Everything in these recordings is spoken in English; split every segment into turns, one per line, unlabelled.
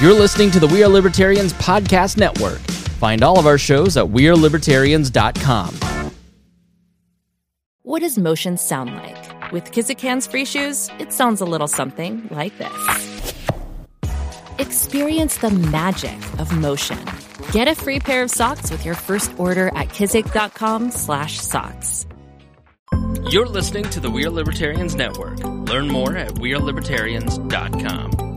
You're listening to the We Are Libertarians Podcast Network. Find all of our shows at WeareLibertarians.com.
What does motion sound like? With Kizikans free shoes, it sounds a little something like this. Experience the magic of motion. Get a free pair of socks with your first order at kizik.com slash socks.
You're listening to the We Are Libertarians Network. Learn more at WeareLibertarians.com.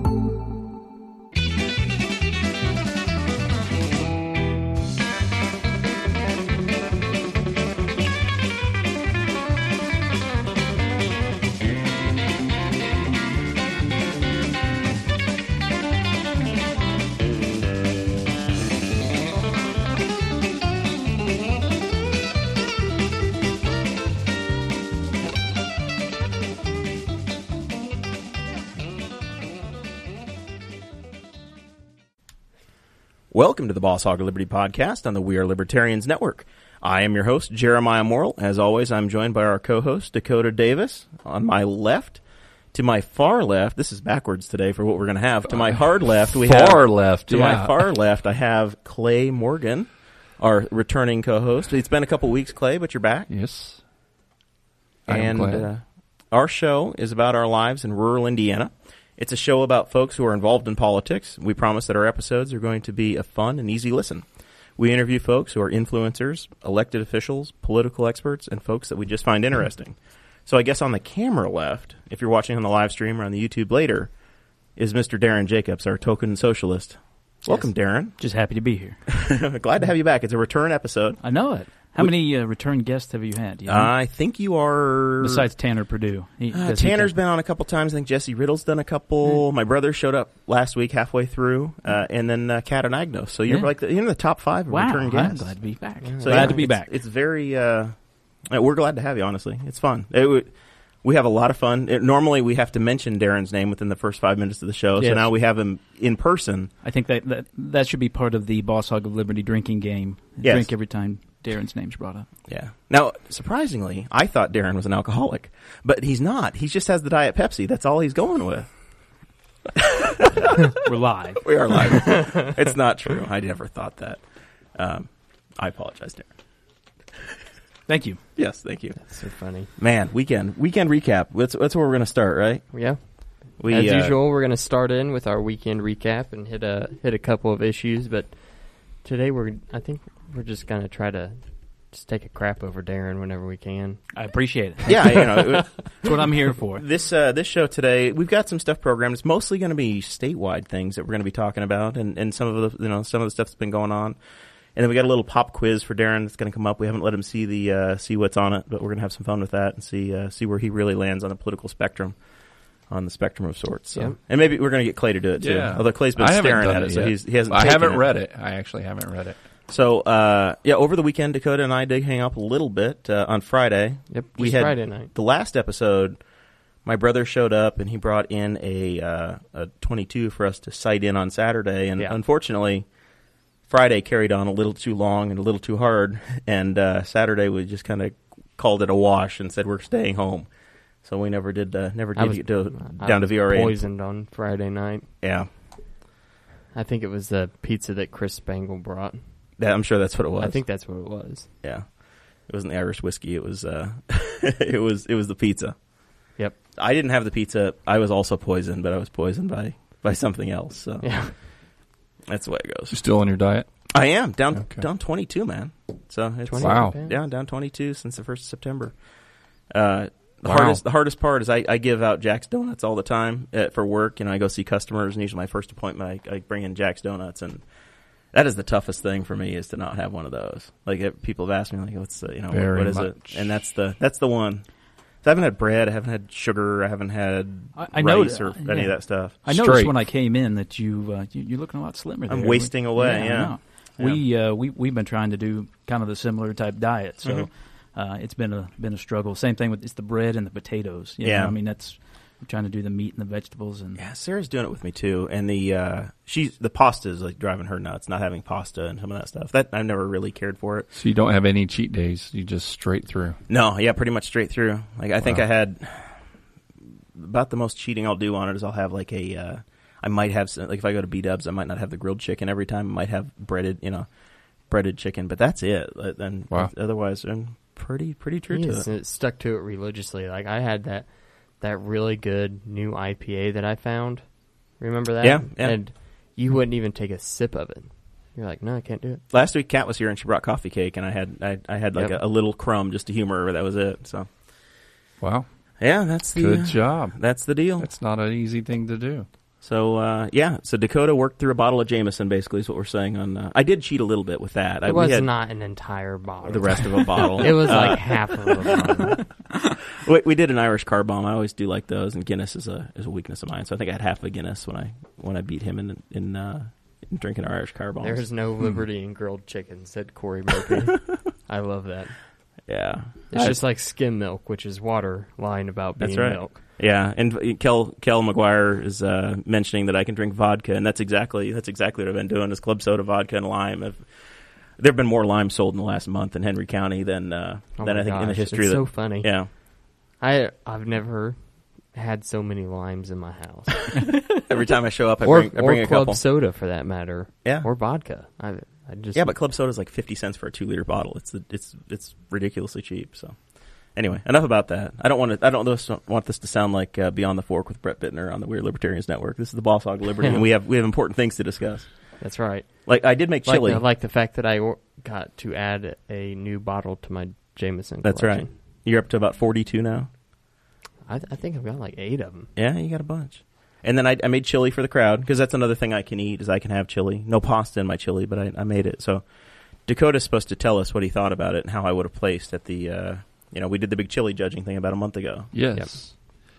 Welcome to the Boss Hog of Liberty podcast on the We Are Libertarians Network. I am your host, Jeremiah Morrill. As always, I'm joined by our co host, Dakota Davis. On my left, to my far left, this is backwards today for what we're going to have. To my hard left, we have.
Uh, Far left,
To
yeah.
my far left, I have Clay Morgan, our returning co host. It's been a couple weeks, Clay, but you're back.
Yes. I am
and
glad.
uh, our show is about our lives in rural Indiana. It's a show about folks who are involved in politics. We promise that our episodes are going to be a fun and easy listen. We interview folks who are influencers, elected officials, political experts, and folks that we just find interesting. So I guess on the camera left, if you're watching on the live stream or on the YouTube later, is Mr. Darren Jacobs, our token socialist. Welcome,
Just happy to be here.
Darren. Glad to have you back. It's a return episode.
I know it. How many uh, return guests have you had? do you
Mm-hmm.
know?
I think you are
Besides Tanner Purdue. He,
Uh,
does he
Tanner's
count?
been on a couple times. I think Jesse Riddle's done a couple.
Hmm.
My brother showed up last week, halfway through, uh, and then uh, Kat and Agnos. So you're
Yeah.
like the, you're in the top five of
Wow,
return
I'm
guests.
glad to be back.
So,
glad
yeah,
to be
it's-
back.
It's very. Uh, uh, we're glad to have you. Honestly, it's fun. It, w- we have a lot of fun. It, normally, we have to mention Darren's name within the first five minutes of the show. So
Yes.
now we have him in person.
I think that, that that should be part of the Boss Hog of Liberty drinking game.
Yes.
Drink every time Darren's name's brought up.
Yeah. Now, surprisingly, I thought Darren was an alcoholic, but he's not. He just has the diet Pepsi. That's all he's going with.
We're live.
We are live. it's not true. I never thought that. Um, I apologize, Darren.
Thank you.
Yes, thank you.
So funny.
Man, weekend weekend recap. That's that's where we're gonna start, right?
Yeah.
We
As
uh,
usual, we're gonna start in with our weekend recap and hit a hit a couple of issues, but today we're I think we're just gonna try to just take a crap over Darren whenever we can.
I appreciate it.
Yeah, you know,
That's what I'm here for.
this uh, this show today, we've got some stuff programmed. It's mostly going to be statewide things that we're going to be talking about, and, and some of the you know some of the stuff that's been going on. And then we got a little pop quiz for Darren that's going to come up. We haven't let him see the uh, see what's on it, but we're going to have some fun with that and see uh, see where he really lands on the political spectrum, on the spectrum of sorts. So.
Yeah.
And maybe we're going to get Clay to do it too. Although Clay's been
I haven't
staring
done
at it, so
yet.
he's, he hasn't.
I
taken
haven't
it.
read it. I actually haven't read it.
So uh, yeah, over the weekend, Dakota and I did hang up a little bit uh, on Friday.
Yep,
we
just
had
Friday night.
the last episode. My brother showed up and he brought in a uh, a 22 for us to sight in on Saturday, and
Yeah.
unfortunately, Friday carried on a little too long and a little too hard, and uh, Saturday we just kind of called it a wash and said we're staying home. So we never did uh, never
I
did
was-
get to,
I
down to
was
VRA.
Poisoned on Friday night.
Yeah,
I think it was the pizza that Chris Spangle brought.
that, I'm sure that's what it was.
I think that's what it was.
yeah, it wasn't the Irish whiskey. It was uh, it was it was the pizza.
Yep.
I didn't have the pizza. I was also poisoned, but I was poisoned by by something else. So
Yeah.
that's the way it
You
goes.
still on your diet?
I am down
Okay.
down twenty two, man. So it's,
Twenty.
Wow.
Yeah.
yeah, down twenty two since the first of September. Uh, the
Wow.
hardest the hardest part is I, I give out Jack's donuts all the time uh for work. You know, I go see customers, and usually my first appointment, I, I bring in Jack's donuts, and that is the toughest thing for me is to not have one of those. Like it, people have asked me, like, what's the you know what-
Very
what is
much.
it? And that's the that's the one. So I haven't had bread. I haven't had sugar. I haven't had
I- I know
rice
that-
or
yeah.
any of that stuff.
I noticed
Straight.
when I came in that you, uh, you you're looking a lot slimmer.
I'm
there.
wasting away,
I
yeah.
know.
Yeah.
we uh, we we've been trying to do kind of a similar type diet, so uh, it's been a been a struggle. Same thing with it's the bread and the potatoes. you
Yeah.
know? I mean that's I'm trying to do the meat and the vegetables and
Yeah, Sarah's doing it with me too, and the uh, she's the pasta is like driving her nuts. Not having pasta and some of that stuff that I've never really cared for it.
So you don't have any cheat days. You just straight through.
No, yeah, pretty much straight through. Like I think
Wow.
I had about the most cheating I'll do on it is I'll have like a uh, I might have some, like if I go to B Dubs, I might not have the grilled chicken every time. I might have breaded, you know, breaded chicken, but that's it. Uh, Then
Wow.
otherwise, I'm pretty pretty true
He
to
is-
it.
it stuck to it religiously. Like I had that that really good new IPA that I found. Remember that?
Yeah, yeah.
And you wouldn't even take a sip of it. You're like, no, I can't do it.
Last week, Kat was here and she brought coffee cake, and I had I, I had like
Yep.
a, a little crumb just to humor her. That was it. So
Wow.
yeah, that's the
Good
uh,
job.
That's the deal.
That's not an easy thing to do.
So uh, yeah, so Dakota worked through a bottle of Jameson. Basically, is what we're saying. On uh, I did cheat a little bit with that. I,
It
we
was
had
not an entire bottle.
the rest of a bottle.
It was like half of a bottle.
we, we did an Irish car bomb. I always do like those, and Guinness is a is a weakness of mine. So I think I had half a Guinness when I when I beat him in in, uh, in drinking our Irish car bombs.
There is no
Hmm.
liberty in grilled chicken, said Corey Murphy. I love that.
yeah,
It's
I-
just like skim milk, which is water lying about being
That's right.
milk.
yeah. And v- Kel Kel McGuire is uh, mentioning that I can drink vodka, and that's exactly that's exactly what I've been doing is club soda, vodka, and lime. I've, there have been more lime sold in the last month in Henry County than uh,
Oh
than
my
I think in the
gosh,
history
it's
of
so
the,
funny.
yeah.
I I've never had so many limes in my house.
Every time I show up, I
or
bring, I bring
or
a
club
couple.
soda for that matter.
Yeah.
Or vodka. I I just
Yeah, but club soda is like fifty cents for a two liter bottle. It's the, it's it's ridiculously cheap. So anyway, enough about that. I don't want to. I don't this- want this to sound like uh, Beyond the Fork with Brett Bittner on the Weird Libertarians Network. This is the Boss Hog Liberty, and we have we have important things to discuss.
that's right.
Like I did make
Like
chili.
the, like the fact that I w- got to add a new bottle to my Jameson.
That's right.
collection.
You're up to about forty two now.
I, th- I think I've got like eight of them.
Yeah, you got a bunch. And then I, I made chili for the crowd because that's another thing I can eat is I can have chili. No pasta in my chili, but I, I made it. So Dakota's supposed to tell us what he thought about it and how I would have placed at the. Uh, you know, we did the big chili judging thing about a month ago.
Yes.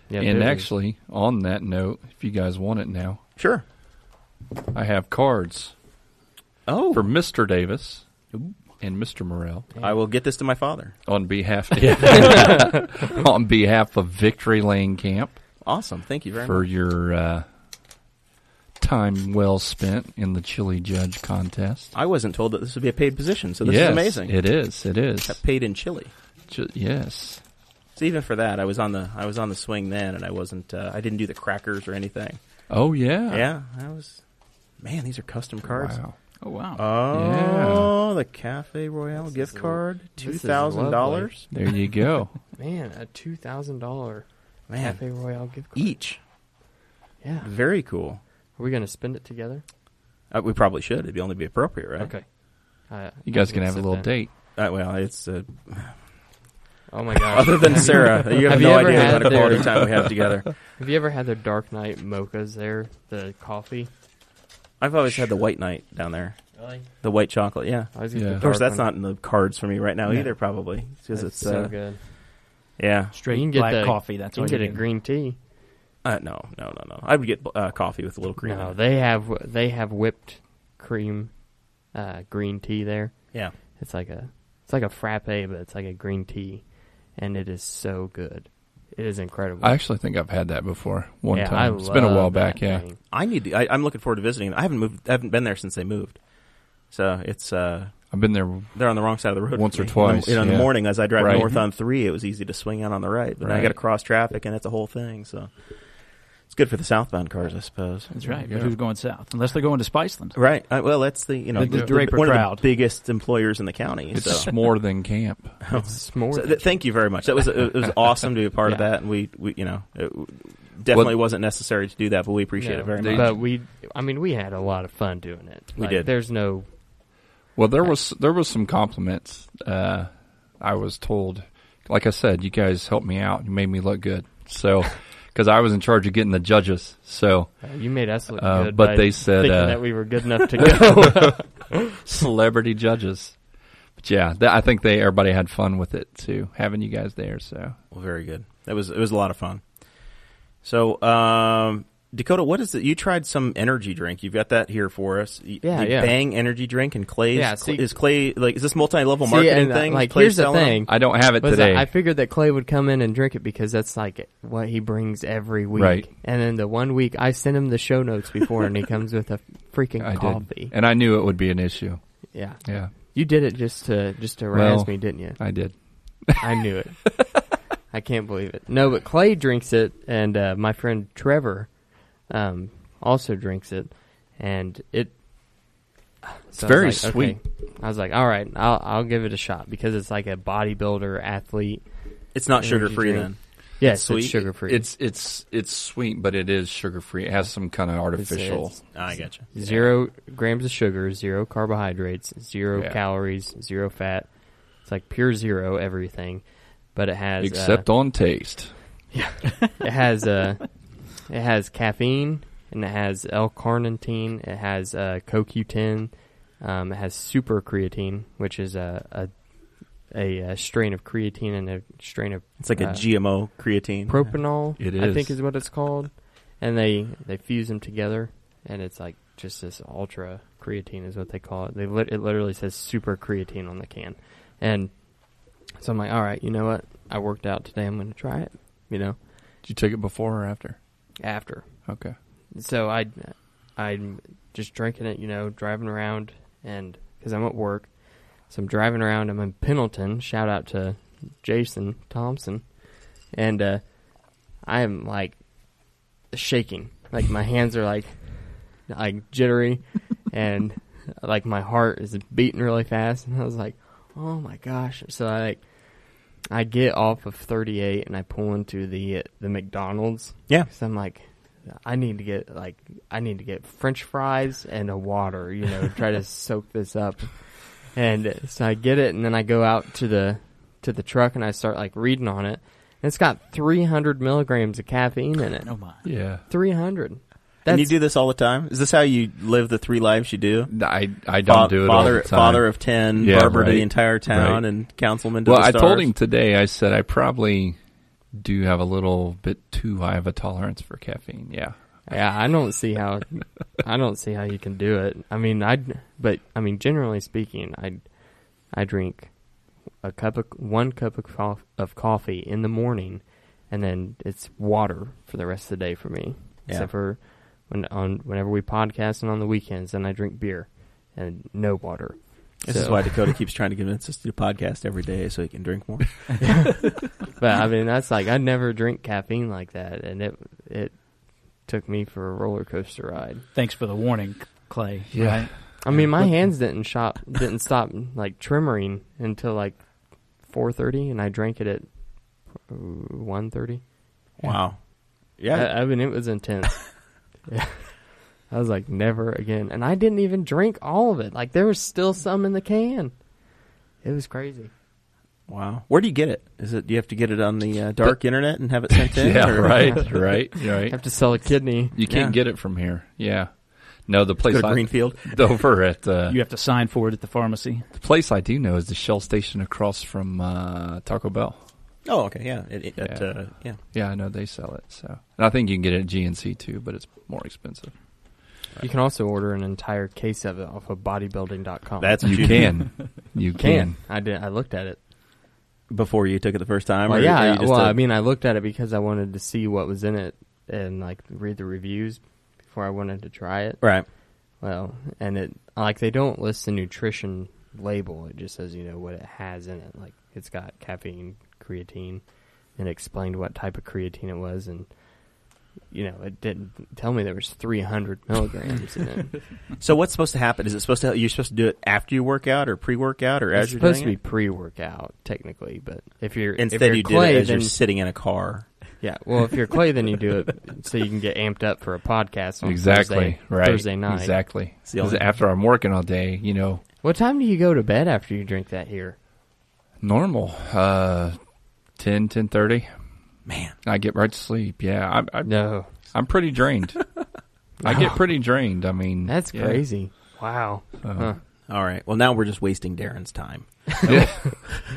Yeah,
and
those are-
actually, on that note, if you guys want it now,
Sure.
I have cards
Oh,
for Mr. Davis and Mr. Morrell
I will get this to my father.
on behalf on behalf of Victory Lane Camp
Awesome. Thank you very
for your uh, time well spent in the Chili Judge contest.
I wasn't told that this would be a paid position, so this
yes,
is amazing.
It is. It is.
Got paid in Chile.
Ju- yes.
So even for that, I was on the I was on the swing then, and I wasn't. Uh, I didn't do the crackers or anything.
Oh yeah.
Yeah, I was. Man, these are custom cards.
Wow.
Oh wow.
Oh, the Cafe Royale gift
is-
card,
this
two
is
thousand dollars.
There you go.
Man, a two thousand dollar
Man,
Cafe Royale gift card.
each
Yeah. Are
very cool.
we gonna spend it together?
Uh, we probably should. It'd be only be appropriate, right?
Okay. Uh, I-
You guys
I
can have a
sit
little
down.
date.
Uh, well, it's uh,
Oh my gosh.
other than Sarah, you have,
have you
no
ever
idea
had
what a quality
their-
time we have together.
have you ever had their Dark Knight mochas there? The coffee?
I've always had the white night down there.
Really?
The white chocolate, yeah.
I was gonna
Yeah.
get
Of course,
dark
that's
one.
not in the cards for me right now
No.
either, probably because
That's
it's
so
uh,
good.
yeah.
Straight
You can get
black
the-
coffee. That's
You
all
can get a
can-
green tea.
Uh, no, no, no, no. I would get uh, coffee with a little cream.
No,
in it.
they have they have whipped cream uh, green tea there.
yeah,
It's like a it's like a frappe, but it's like a green tea, and it is so good. It is incredible.
I actually think I've had that before one
yeah, I
time. it's been a while
love
back.
that
Yeah.
thing.
I need. To, I, I'm looking forward to visiting. I haven't moved. I haven't been there since they moved. So it's uh,
I've been there.
they're on the wrong side of the road.
Once
for
or
me.
twice,
You know, in
yeah.
the morning as I drive
Right. Mm-hmm.
north on three, it was easy to swing out on the right, but now I
Right.
got to cross traffic, and that's a whole thing. So it's good for the southbound cars, I suppose.
That's right.
Yeah.
But who's going south? Unless they're going to Spiceland.
Right. I, well, that's the you know
The- the Draper
one of
crowd.
the biggest employers in the county.
It's
so.
more than camp.
It's s'more.
So, th- thank you very much. That was it was awesome to be a part of
Yeah.
that, and we, we you know it w- definitely
Well-
wasn't necessary to do that, but we appreciate
No,
it very
they-
much.
But we, I mean, we had a lot of fun doing it.
We
Like,
did.
There's no
Well, there was there was some compliments. Uh, I was told, like I said, you guys helped me out. You made me look good. So, because I was in charge of getting the judges. So
uh, you made us look
Uh,
good.
but
by
they said,
thinking
uh,
that we were good enough to go.
celebrity judges. But yeah, th- I think they everybody had fun with it too, having you guys there. So
Well, very good. That was it was a lot of fun. So um, Dakota, what is it? You tried some energy drink. You've got that here for us. Y-
Yeah,
the
yeah.
Bang energy drink and Clay's.
Yeah, see-
is Clay like is this multi level
See,
marketing
and, uh,
thing?
Like,
Clay's
here's the
selling them?
thing.
I don't have it
was that
today.
I figured that Clay would come in and drink it because that's like what he brings every week.
Right.
And then the one week I sent him the show notes before, and he comes with a freaking
I
coffee.
did, and I knew it would be an issue.
Yeah,
Yeah,
you did it just to just to razz
Well-
me, didn't you?
I did.
I knew it. I can't believe it. No, but Clay drinks it, and uh, my friend Trevor um, also drinks it, and it. It's
very
Okay. I was like, all right, I'll I'll give it a shot because it's like a bodybuilder athlete.
It's not
Energy
sugar free
drink.
then.
Yes,
Sweet.
it's sugar free.
It's it's it's sweet, but it is sugar free. It has some kind of artificial.
it's-
Ah, I gotcha.
zero grams of sugar, zero carbohydrates, zero
Yeah.
calories, zero fat. It's like pure zero everything, but it has uh,
except on taste.
it has uh, it has caffeine and it has L-carnitine. It has uh, CoQ10. Um, it has super creatine, which is a a, a, uh strain of creatine and a strain of
It's like a
uh,
GMO creatine.
propanol.
It
I
is.
think is what it's called, and they they fuse them together, and it's like just this ultra creatine is what they call it. They lit it literally says super creatine on the can, and so I'm like, all right, you know what? I worked out today. I'm going to try it. You know,
Did you take it before or after?
after
Okay.
so I, I'm just drinking it, you know, driving around, and because I'm at work, so I'm driving around. I'm in Pendleton. Shout out to Jason Thompson, and uh, I am like shaking, like my hands are like like jittery, and like my heart is beating really fast. And I was like, oh my gosh! So I like. I get off of 38 and I pull into the the McDonald's
Yeah.
because I'm like, I need to get like I need to get French fries and a water, you know, try to soak this up. And so I get it, and then I go out to the to the truck and I start like reading on it. And it's got 300 milligrams of caffeine in it.
Oh my!
Yeah.
300.
and you
That's
do this all the time? Is this how you live the three lives you do?
I I don't
Fa-
do it all
father,
the time.
father of ten,
Yeah,
barber to
right.
the entire town,
Right.
and councilman to
well,
the
I
stars.
told him today. I said I probably do have a little bit too high of a tolerance for caffeine. Yeah.
yeah. I don't see how I don't see how you can do it. I mean, I but I mean, generally speaking, I I drink a cup of one cup of, cof- of coffee in the morning, and then it's water for the rest of the day for me.
Yeah.
Except for when on whenever we podcast and on the weekends, then I drink beer and no water.
This is
So-
why Dakota keeps trying to convince us to do a podcast every day so he can drink more.
But I mean, that's like I never drink caffeine like that, and it it took me for a roller coaster ride.
Thanks for the warning, Clay.
Yeah.
Right?
I mean, my hands didn't shop didn't stop like tremoring until like four thirty, and I drank it at uh, one thirty.
Wow. Yeah.
I, I mean, it was intense. yeah. I was like, never again, and I didn't even drink all of it. Like there was still some in the can. It was crazy.
Wow. Where do you get it? Is it do you have to get it on the uh, dark internet and have it sent in?
Yeah.
or-
Right. Right. Right.
I have to sell a kidney.
You can't
Yeah.
get it from here. Yeah. No, the place
Go to
I,
Greenfield.
over at uh,
You have to sign for it at the pharmacy.
the place I do know is the Shell station across from uh, Taco Bell.
Oh, okay. Yeah. It, it, it,
Yeah.
uh, yeah.
Yeah, I know they sell it. So, and I think you can get it at GNC too, but it's more expensive.
You can also order an entire case of it off of bodybuilding.com.
That's what
you,
you, did
can, you
can.
can.
I did. I looked at it.
before you took it the first time.
Well,
or,
yeah.
or you
I-
just,
well,
uh,
I mean, I looked at it because I wanted to see what was in it and like read the reviews before I wanted to try it.
right.
Well, and it like they don't list the nutrition label. It just says you know what it has in it. Like it's got caffeine, creatine, and explained what type of creatine it was, and you know it didn't tell me there was 300 milligrams in it.
So what's supposed to happen? Is it supposed to? You're supposed to do it after you work out or pre-workout or as
it's
you're
supposed to
doing
be pre-workout technically, but if you're
it?
if
Instead,
you're
you
clay,
did it as
then
you're sitting in a car.
Yeah, well, if you're Clay, then you do it so you can get amped up for a podcast on
Exactly.
Thursday,
right.
Thursday night.
Exactly.
the
Because
only-
after I'm working all day, you know,
What time do you go to bed after you drink that here?
normal, uh, 10, 10.30,
Man,
I get right to sleep. Yeah, I'm, I'm,
No,
I'm pretty drained. I get pretty drained. I mean,
that's
yeah.
crazy. Wow. Huh.
all right. Well, now we're just wasting Darren's time.
Yeah.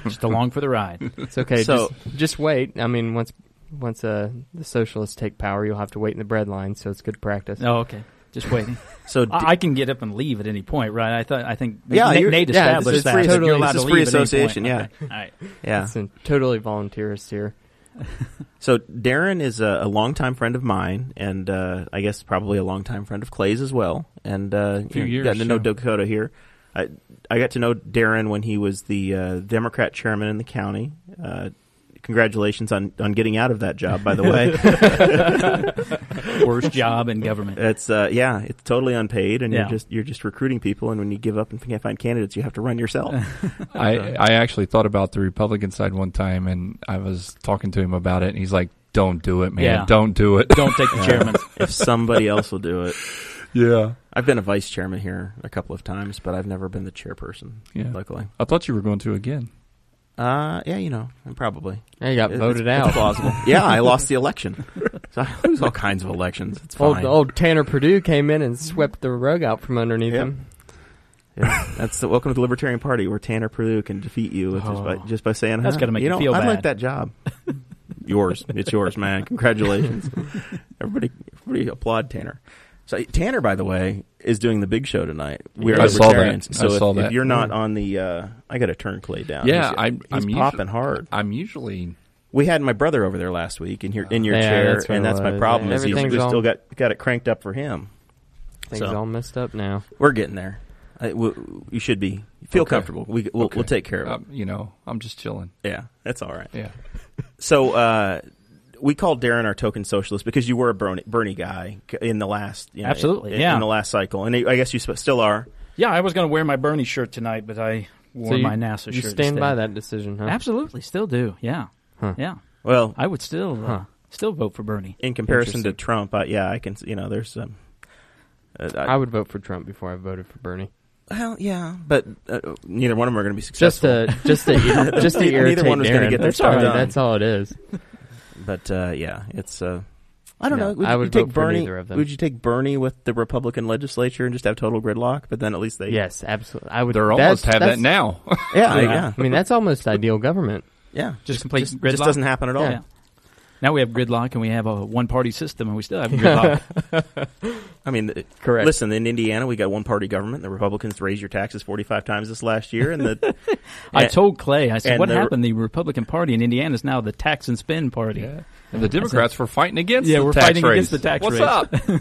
Just along for the ride.
It's okay.
So-
just, just wait. I mean, once once uh, the socialists take power, you'll have to wait in the bread line, so it's good practice.
Oh, okay. Just waiting.
So d-
I, I can get up and leave at any point, right? I thought. I think.
Yeah,
Nate,
you're-
Nate
yeah,
established
this is
that.
free-
You're
totally-
allowed
this
to
is free
leave at any point.
association, yeah.
Okay. All right.
yeah.
It's a totally volunteerist here.
So Darren is a, a longtime friend of mine, and uh, I guess probably a longtime friend of Clay's as well. And uh, you
Few
know,
years,
gotten to know
yeah.
Dakota here. I I got to know Darren when he was the uh, Democrat chairman in the county. Uh, Congratulations on, on getting out of that job, by the way.
Worst job in government.
it's uh, yeah, it's totally unpaid, and
Yeah.
you're just you're just recruiting people. And when you give up and can't find candidates, you have to run yourself.
I, I actually thought about the Republican side one time, and I was talking to him about it, and he's like, "Don't do it, man.
Yeah.
Don't do it."
Don't take the chairman.
if somebody else will do it,
yeah,
I've been a vice chairman here a couple of times, but I've never been the chairperson.
yeah.
Luckily,
I thought you were going to again.
uh, yeah, you know, I'm probably
I got
It-
voted
it's-
out.
it's plausible. yeah, I lost the election, so I lose all kinds of elections. It's
Oh,
Old,
fine.
old Tanner Purdue came in and swept the rug out from underneath
Yep.
him.
That's the welcome to the Libertarian Party, where Tanner Perdue can defeat you with just by
Oh.
just by saying
That's
"Huh,
gotta make you
know,
feel
I like
bad."
that job. yours, it's yours, man. Congratulations, everybody. Everybody applaud Tanner. So Tanner, by the way, is doing the big show tonight. We're
I saw that.
libertarians, so
I
if,
saw
if
that.
you're not on the, uh, I got to turn Clay down.
Yeah,
he's,
I'm-
he's
I'm usu-
popping hard.
I'm usually
We had my brother over there last week in your in your
Yeah,
chair,
that's what
and
it
that's my
was.
problem.
Yeah,
is he's,
everything's
we
all-
still got got it cranked up for him.
Things
So.
all messed up now.
We're getting there. I, we, you should be feel
Okay.
comfortable. We we'll,
Okay.
we'll take care of it.
Uh,
um, you know, I'm just chilling.
yeah, that's all right.
Yeah.
So uh, we called Darren our token socialist because you were a Bernie, Bernie guy c- in the last you know,
Absolutely,
in,
yeah.
in the last cycle, and I guess you sp- still are.
Yeah, I was going to wear my Bernie shirt tonight, but I wore
So you,
my NASA shirt.
you stand by
instead.
that decision, huh?
Absolutely, still do. Yeah,
Huh.
yeah.
Well,
I would still uh, still vote for Bernie.
in comparison to Trump, I, yeah, I can. s- You know, there's um, uh, I,
I would vote for Trump before I voted for Bernie.
well, yeah, but uh, neither one of them are going to be
Just
successful.
to just to ir- just to
Neither
irritate
one was gonna
Darren.
get their
that's,
stuff
all,
done.
that's all it is.
but uh, yeah, it's. Uh, I don't
No,
know. Would,
I
you
would
take
vote for
Bernie?
neither of them.
Would you take Bernie with the Republican legislature and just have total gridlock? But then at least they,
Yes, absolutely. I would.
They're
that's-
almost have
that's-
that now.
yeah, yeah,
Yeah.
yeah.
I mean, that's almost ideal government.
Just complete
just,
gridlock.
just doesn't happen at all.
Yeah. Now we have gridlock and we have a one party system and we still have gridlock.
I mean, it-
Correct.
Listen, in Indiana, we got one party government. The Republicans raised your taxes 45 times this last year. And the,
I
and-
told Clay, I said,
and
what
the-
happened? The Republican Party in Indiana is now the tax and spend party.
yeah. And the Democrats were fighting against.
Yeah,
the
we're
tax
fighting
raise.
against the tax
What's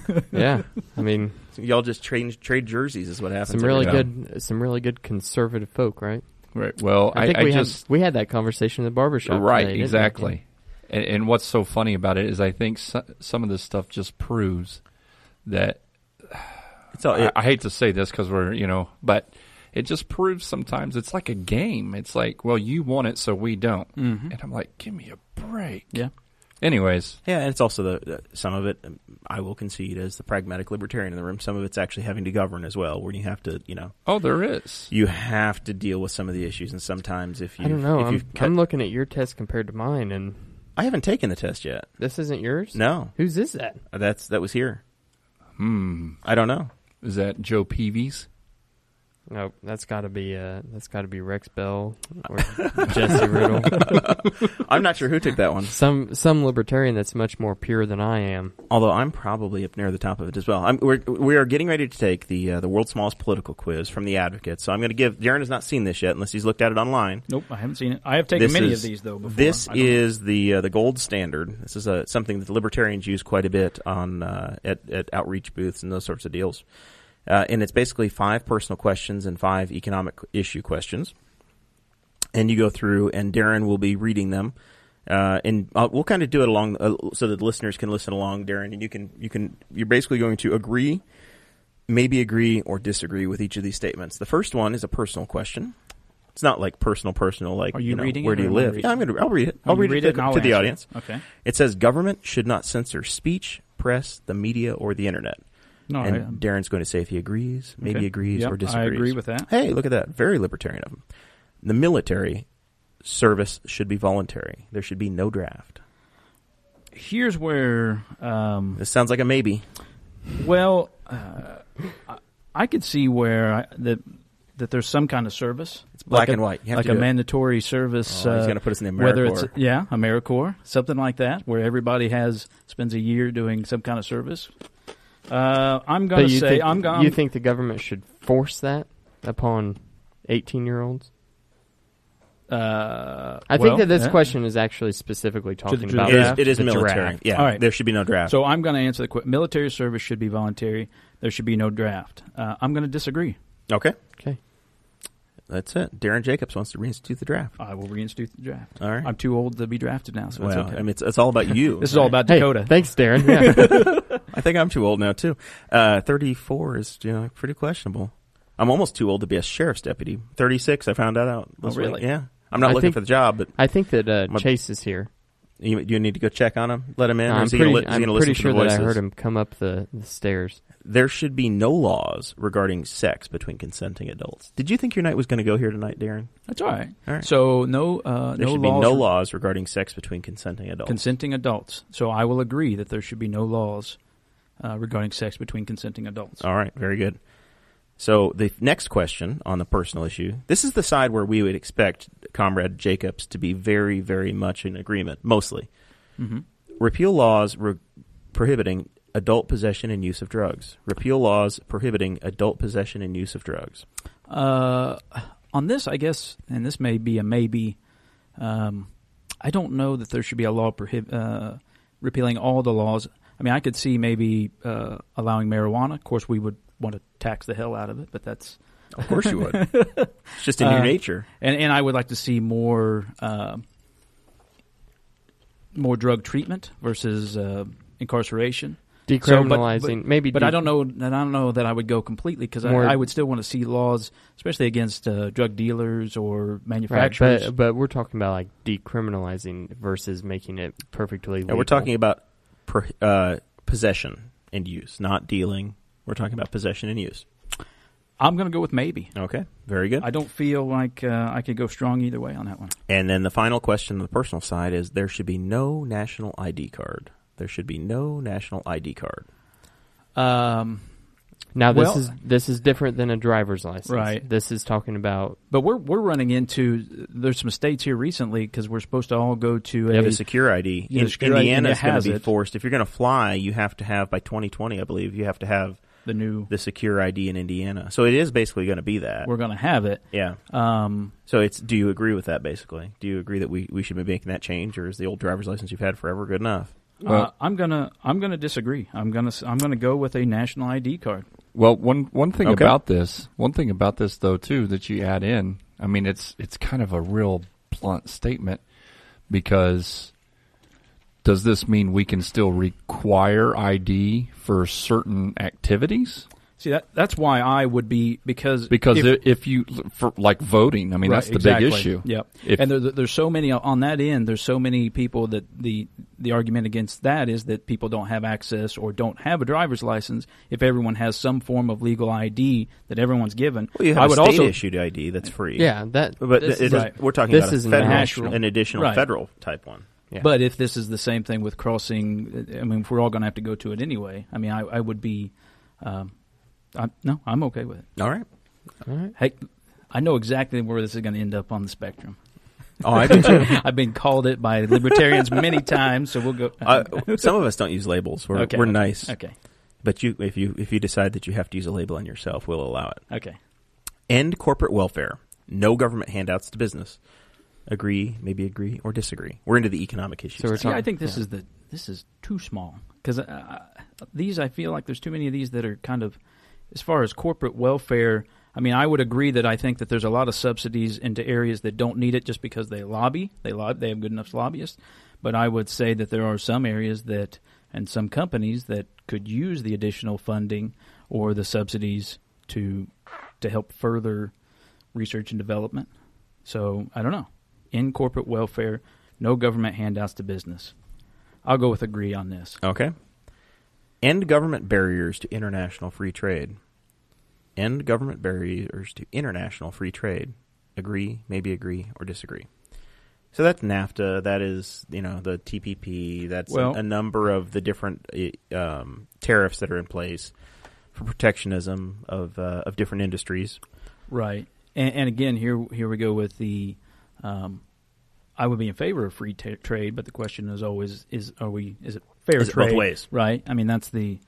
raise.
up?
Yeah, I mean,
y'all just trade, trade jerseys is what happens.
some
every
really
day.
good, some really good conservative folk, right?
right. Well, I,
I think we had-
just
we had that conversation in the barbershop.
right
today, didn't we?
exactly and, and what's so funny about it is i think so, some of this stuff just proves that
It's all,
I,
it-
I hate to say this because we're you know but it just proves sometimes it's like a game it's like well you want it so we don't and i'm like give me a break
Mm-hmm. Yeah.
anyways
yeah, and it's also the, the some of it um, I will concede as the pragmatic libertarian in the room. Some of it's actually having to govern as well, where you have to, you know,
oh there is
you have to deal with some of the issues. And sometimes if you,
I don't know.
if
I'm,
you've
I'm
cut-
looking at your test compared to mine, and
I haven't taken the test yet.
this isn't yours.
No,
whose is that?
that's that was here. Hmm. I don't know.
is that joe peavy's
No, Oh, that's got to be uh, that's got to be Rex Bell or Jesse Riddle.
I'm not sure who took that one.
Some some libertarian that's much more pure than I am.
Although I'm probably up near the top of it as well. I'm, we're, we are getting ready to take the uh, the world's smallest political quiz from the Advocate. So I'm going to give. Darren has not seen this yet, unless he's looked at it online.
Nope, I haven't seen it. I have taken
This
many
is-
of these though. Before.
This
I don't-
is the uh, the gold standard. This is uh, something that the libertarians use quite a bit on uh, at at outreach booths and those sorts of deals. Uh, and it's basically five personal questions and five economic issue questions. And you go through, and Darren will be reading them. Uh, and uh, we'll kind of do it along uh, so that the listeners can listen along, Darren. And you can you can you're basically going to agree, maybe agree or disagree with each of these statements. The first one is a personal question. It's not like personal, personal. Like
Are you
know,
reading it
where
or
do you
am I
live?
reading
Yeah, I'm gonna. I'll read it. I'll
you
read,
read
it,
it and
to,
I'll
to the
answer it.
audience.
Okay.
It says government should not censor speech, press, the media, or the internet.
No,
and
I-
Darren's going to say if he agrees, maybe
Okay.
agrees,
Yep,
or disagrees.
I agree with that.
Hey, look at that. Very libertarian of him. The military service should be voluntary. There should be no draft.
Here's where um,
This sounds like a maybe.
Well, uh, I, I could see where I, that that there's some kind of service. It's
black and white. You have
like
to
a
do it.
mandatory service.
Oh, he's
uh,
gonna put us in the
Whether it's
AmeriCorps.
yeah, AmeriCorps, something like that, where everybody has spends a year doing some kind of service. Uh, I'm
But
gonna
you
say
think
I'm gonna
you think the government should force that upon eighteen year olds?
Uh,
I
well,
think that this
yeah.
question is actually specifically talking
to the
about
It is,
Draft,
it is
the
military.
draft.
Yeah.
All right.
There should be no draft.
So I'm going to answer the question. Military service should be voluntary. There should be no draft. Uh, I'm going to disagree.
okay.
Okay.
That's it. Darren Jacobs wants to reinstitute the draft.
I will reinstitute the draft.
All right.
I'm too old to be drafted now, so
well,
it's okay.
I mean, it's, it's all about you.
this is all about
Hey,
Dakota.
thanks, Darren. Yeah.
I think I'm too old now too. Uh, 34 is you know pretty questionable. I'm almost too old to be a sheriff's deputy. 36, I found that out. this week.
really?
Yeah. I'm not
I
looking
think-
for the job, but
I think that uh,
My-
Chase is here.
you, you need to go check on him, let him in. or
I'm
is he gonna
pretty,
li- is he
I'm
gonna
pretty
listen
sure
to the
that I
voices?
heard him come up the, the stairs.
There should be no laws regarding sex between consenting adults. Did you think your night was going to go here tonight, Darren?
That's all right.
All right.
So no, uh,
There
no
should
laws
be no
for
laws regarding sex between consenting adults.
consenting adults. So I will agree that there should be no laws uh, regarding sex between consenting adults.
All right, very good. So the next question on the personal issue. This is the side where we would expect Comrade Jacobs to be very, very much in agreement, mostly.
Mhm.
Repeal laws re- prohibiting adult possession and use of drugs. Repeal laws prohibiting adult possession and use of drugs.
Uh, on this, I guess, and this may be a maybe. Um, I don't know that there should be a law prohib- uh, repealing all the laws. I mean, I could see maybe uh, allowing marijuana. Of course, we would want to tax the hell out of it, but that's
Of course you would. it's just in your
Uh,
nature.
and and I would like to see more uh, more drug treatment versus uh, incarceration.
Decriminalizing, maybe.
But
de-
I don't know. And I don't know that I would go completely because I,
More-
I would still want to see laws, especially against uh, drug dealers or
Right,
manufacturers.
but but we're talking about like decriminalizing versus making it perfectly.
And
Legal.
we're talking about pro- uh, possession and use, not dealing. We're talking about possession and use.
I'm going to go with maybe.
Okay, very good.
I don't feel like uh, I could go strong either way on that one.
And then the final question on the personal side is there should be no national ID card. There should be no national ID card.
Um,
Now this
Well-
is this is different than a driver's license.
Right.
This is talking about
but we're we're running into there's some states here recently because we're supposed to all go to
You have
a
a secure ID.
Yeah,
In-
the secure ID
Indiana's going
has
to be
it.
forced. If you're going to fly, you have to have by 2020, I believe, you have to have
the new.
the secure ID in Indiana. So it is basically going to be that.
We're going to have it.
yeah.
Um,
So it's do you agree with that basically? Do you agree that we, we should be making that change or is the old driver's license you've had forever good enough?
uh, I'm gonna I'm gonna disagree. I'm gonna s- I'm gonna go with a national ID card.
Well, one one thing
Okay.
about this, one thing about this though too that you add in, I mean it's it's kind of a real blunt statement because does this mean we can still require ID for certain activities?
See that that's why I would be because
Because
if-
if, if you for like voting, I mean
Right,
that's the
exactly.
big issue.
Yep.
If-
and there, there- there's so many on that end. There's so many people that the the argument against that is that people don't have access or don't have a driver's license. If everyone has some form of legal ID that everyone's given,
Well, you have
I
a
would
state
also
issued ID that's free.
yeah that. oh
But
this
it is-
is
right.
we're talking
This
about a
is an
federal,
national-
an additional
Right.
federal type one.
yeah.
But if this is the same thing with crossing, I mean, if we're all going to have to go to it anyway, I mean, I, I would be, um, I, no, I'm okay with it.
All right.
All right.
Heck, I know exactly where this is going to end up on the spectrum.
Oh, I do too.
I've been called it by libertarians many times, so we'll go.
uh, some of us don't use labels. We're,
Okay.
we're nice,
okay,
but you if you if you decide that you have to use a label on yourself, we'll allow it.
okay.
End corporate welfare. No government handouts to business. Agree, maybe agree or disagree. We're into the economic issues.
So we're
See, I
talking-
think this
yeah.
is the this is too small because uh, these I feel like there's too many of these that are kind of as far as corporate welfare. I mean, I would agree that I think that there's a lot of subsidies into areas that don't need it just because they lobby. They lobby. They have good enough lobbyists. But I would say that there are some areas that and some companies that could use the additional funding or the subsidies to to help further research and development. So I don't know. In corporate welfare, no government handouts to business. I'll go with agree on this.
okay. End government barriers to international free trade. End government barriers to international free trade. Agree, maybe agree or disagree. So that's NAFTA. That is, you know, the TPP. That's a-
Well-
a, number of the different uh, um, tariffs that are in place for protectionism of uh, of different industries.
Right. And, and again, here here we go with the. Um, I would be in favor of free ta trade, but the question is always: is are we? Is it fair
Is it both
trade?
ways?
Right. I mean, that's the.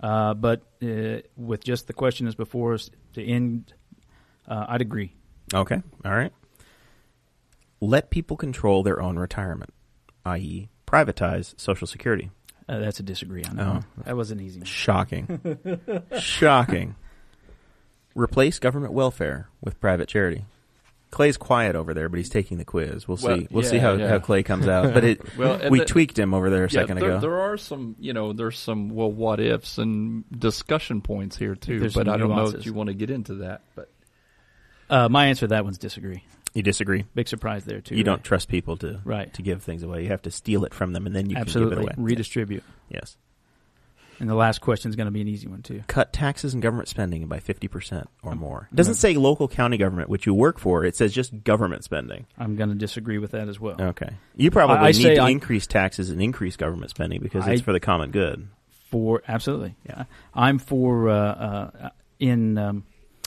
Uh, but uh, with just the question as before us to end, uh, I'd agree.
Okay. All right. Let people control their own retirement, i.e., privatize Social Security.
Uh, that's a disagree on that.
Oh.
one. That was an easy. one.
Shocking. Shocking. Replace government welfare with private charity. Clay's quiet over there, but he's taking the quiz. We'll,
Well,
see. We'll
yeah,
see how,
yeah.
how Clay comes out. But it
Well, and
we
the-
tweaked him over there a second
there,
ago.
there are some, you know, there's some well, what ifs and discussion points here too.
There's
but
some
I don't know
nuances.
if you want to get into that. But
Uh, my answer to that one's disagree.
you disagree.
Big surprise there too.
You don't trust people to
Right.
to give things away. You have to steal it from them, and then you
Absolutely.
can give it away.
Redistribute.
Yes.
And the last question is going to be an easy one too.
Cut taxes and government spending by fifty percent or more. It doesn't say local county government, which you work for. It says just government spending.
I'm going to disagree with that as well.
Okay. You probably
Oh. I- I
need
say
to
I-
increase taxes and increase government spending because it's
I-
for the common good.
For absolutely,
Yeah.
I'm for uh, uh, in um,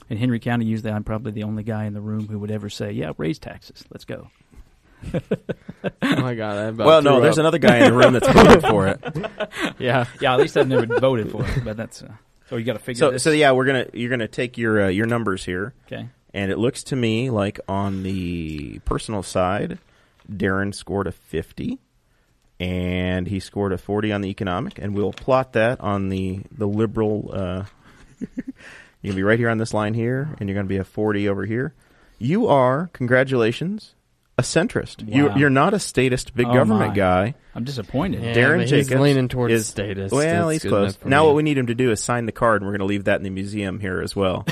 in Henry County. Usually, I'm probably the only guy in the room who would ever say, "Yeah, raise taxes. Let's go."
Oh my god! I about
well,
threw
no, there's
up.
another guy in the room that's voted for it.
yeah.
Yeah, at least I've never voted for it, but that's. Uh, so you got to figure
So,
this.
so yeah, we're gonna you're gonna take your uh, your numbers here,
Okay.
and it looks to me like on the personal side, Darren scored a fifty, and he scored a forty on the economic, and we'll plot that on the the liberal. Uh, you're gonna be right here on this line here, and you're gonna be a forty over here. You are congratulations, a centrist.
Wow.
You're you're not a statist, big
Oh,
government
my.
guy.
I'm disappointed.
Yeah.
Darren
but he's
Jacobs
leaning towards
is
status.
Well,
That's
he's
good
close.
enough for
Now
me.
what we need him to do is sign the card, and we're going to leave that in the museum here as well.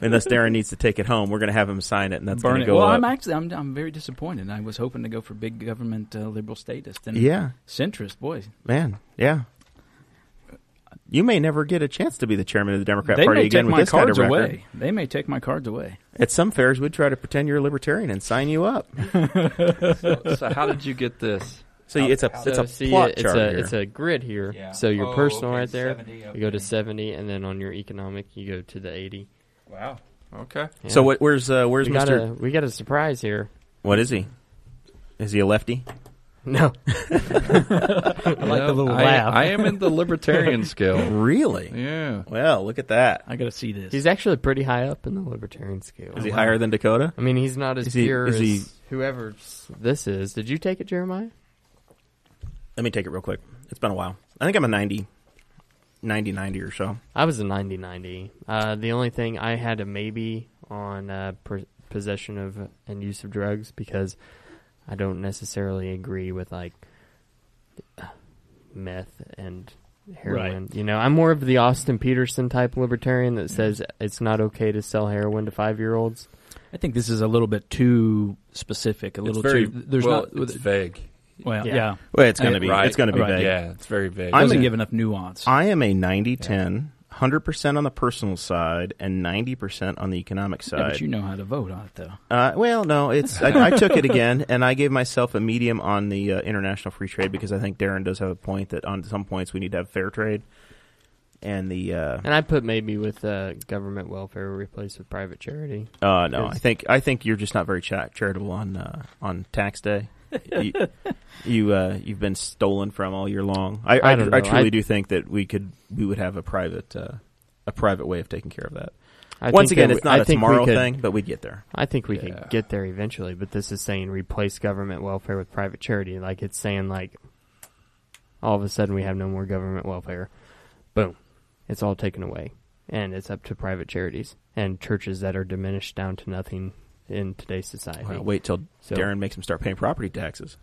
Unless Darren needs to take it home, we're going to have him sign it, and that's
Burn
going
it.
to go
Well,
up.
I'm actually I'm I'm very disappointed. I was hoping to go for big government uh, liberal statist and
yeah,
centrist. Boy,
man, yeah. You may never get a chance to be the chairman of the Democrat
they
Party
may
again
take
with
my
this kind of
cards
record.
away. They may take my cards away.
At some fairs, we'd try to pretend you're a libertarian and sign you up.
so, so how did you get this?
So it's a
So
it's a
Uh, see,
plot
it's
chart
a
here.
it's a grid here.
Yeah.
So your
Oh,
personal
okay,
right there,
70,
you go
okay.
to seventy, and then on your economic, you go to the eighty.
Wow. Okay.
Yeah.
So what? Where's uh, where's
we got
Mister?
a we got a surprise here.
What is he? Is he a lefty?
No,
I
like the little laugh.
I am in the libertarian scale.
Really?
Yeah.
Well, look at that.
I got to see this.
he's actually pretty high up in the libertarian scale.
Is he higher than Dakota?
I mean, he's not as
Is he-
pure
is
as
he-
whoever this is. Did you take it, Jeremiah?
Let me take it real quick. It's been a while. I think I'm a 90, 90, 90 or so.
I was a 90-90. Uh, the only thing I had a maybe on uh, per- possession of and use of drugs because I don't necessarily agree with like meth and heroin. You know, I'm more of the Austin Peterson type libertarian that says it's not okay to sell heroin to five year olds.
I think this is a little bit too specific. A little
very,
too. There's
well,
not.
it's vague.
Well,
Yeah.
yeah.
Well, it's going to
Right,
be. It's going to be
right,
vague.
Yeah, it's very vague.
I'm
doesn't
a-
give enough nuance.
I am a 90, 10, 100% on the personal side and 90% on the economic
Yeah, but
side.
you know how to vote on it, though.
uh, well, no, it's I, I took it again and I gave myself a medium on the uh, international free trade because I think Darren does have a point that on some points we need to have fair trade. And the uh,
And I put maybe with uh, government welfare replaced with private charity.
uh, no, I think I think you're just not very cha- charitable on uh, on tax day. you you uh, you've been stolen from all year long. I I,
I don't know.
I truly
I-
do think that we could we would have a private uh, a private way of taking care of that.
I
Once
think
again,
that
it's
we-
not
I
a
think we
tomorrow
could-
thing, but we'd get there.
I think we
Yeah.
could get there eventually, but this is saying replace government welfare with private charity. Like it's saying like all of a sudden we have no more government welfare. Boom. It's all taken away. And it's up to private charities and churches that are diminished down to nothing in today's society.
Well, wait till
So-
Darren makes him start paying property taxes.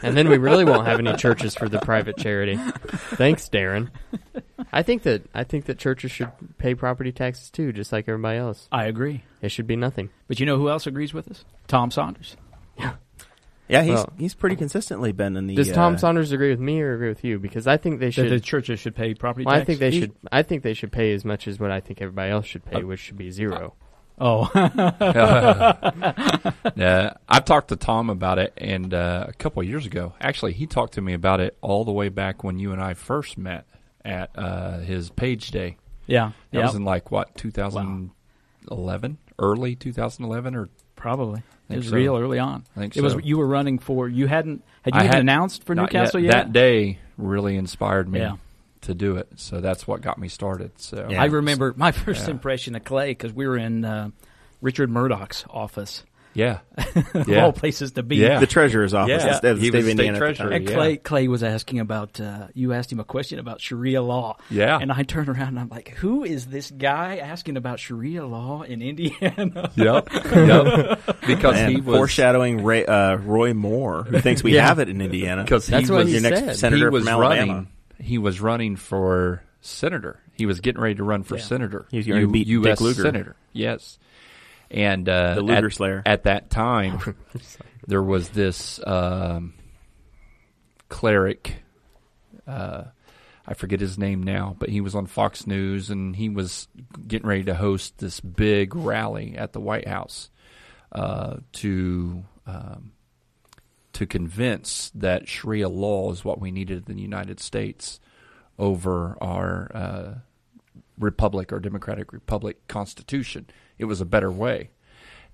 And then we really won't have any churches for the private charity. Thanks, Darren. I think that I think that churches should pay property taxes too, just like everybody else.
I agree.
It should be nothing.
But you know who else agrees with us? Tom Saunders.
Yeah, he's
Well-
he's pretty consistently been in the.
Does
uh,
Tom Saunders agree with me or agree with you? Because I think they
That
should
the churches should pay property
Well,
tax.
I think they
He-
should. I think they should pay as much as what I think everybody else should pay, which should be zero.
Oh,
Yeah, I've talked to Tom about it, and uh, a couple of years ago, actually, he talked to me about it all the way back when you and I first met at uh, his page day.
yeah,
That
yeah,
was in like what 2011, early 2011, or
probably. It
Think
was
so.
real early on.
I think
it was.
so.
You were running for. You hadn't. Had you
I
even
had-
announced for
Not
Newcastle yet?
That day really inspired me
Yeah.
to do it, so that's what got me started. So
Yeah.
I remember my first
Yeah.
impression of Clay because we were in uh, Richard Murdoch's office,
Yeah.
of
Yeah.
all places to be.
Yeah.
The treasurer's office,
Yeah.
yeah. the, the
He
state of
was state
Indiana. at the
treasurer.
time.
And
Yeah.
Clay, Clay was asking about. Uh, you asked him a question about Sharia law.
Yeah.
And I turn around and I'm like, "Who is this guy asking about Sharia law in Indiana?"
Yep. Yep. Because
Man,
he was
foreshadowing Ray, uh, Roy Moore, who thinks we have it in Indiana.
Because
That's
he
what
was
he
your next
said.
senator
he was
from Alabama.
running. He was running for senator. He was getting ready to run for senator.
He was gonna beat Dick
U.S.
Lugar.
senator. Yes. And uh,
The Lugar
at,
Slayer.
At that time, there was this um, cleric. Uh, I forget his name now, but he was on Fox News and he was getting ready to host this big rally at the White House uh, to um, to convince that Sharia law is what we needed in the United States over our uh, republic or democratic republic constitution. It was a better way,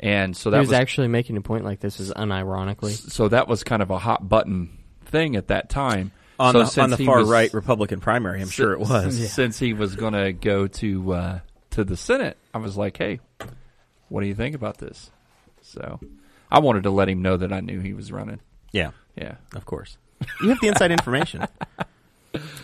and so
he
that
was,
was
actually making a point like this is unironically.
so that was kind of a hot button thing at that time.
on
so
the, on
since
the
he
far
was-
right Republican primary, I'm sure it was.
Since he was going to go to uh, to the Senate, I was like, "Hey, what do you think about this?" So, I wanted to let him know that I knew he was running.
Yeah,
Yeah,
of course. You have the inside information.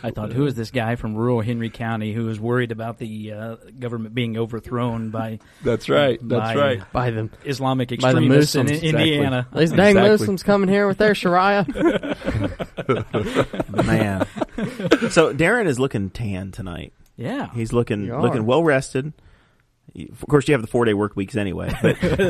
I thought, "Who is this guy from rural Henry County who is worried about the uh, government being overthrown by
that's right.
That's By- right.
By them.
Islamic
By the
extremists in
Muslims.
Indiana?"
These dang
Exactly.
Muslims coming here with their Sharia.
Man. so Darren is looking tan tonight.
Yeah.
He's looking
You are.
looking well rested. Of course, you have the four day work weeks anyway, but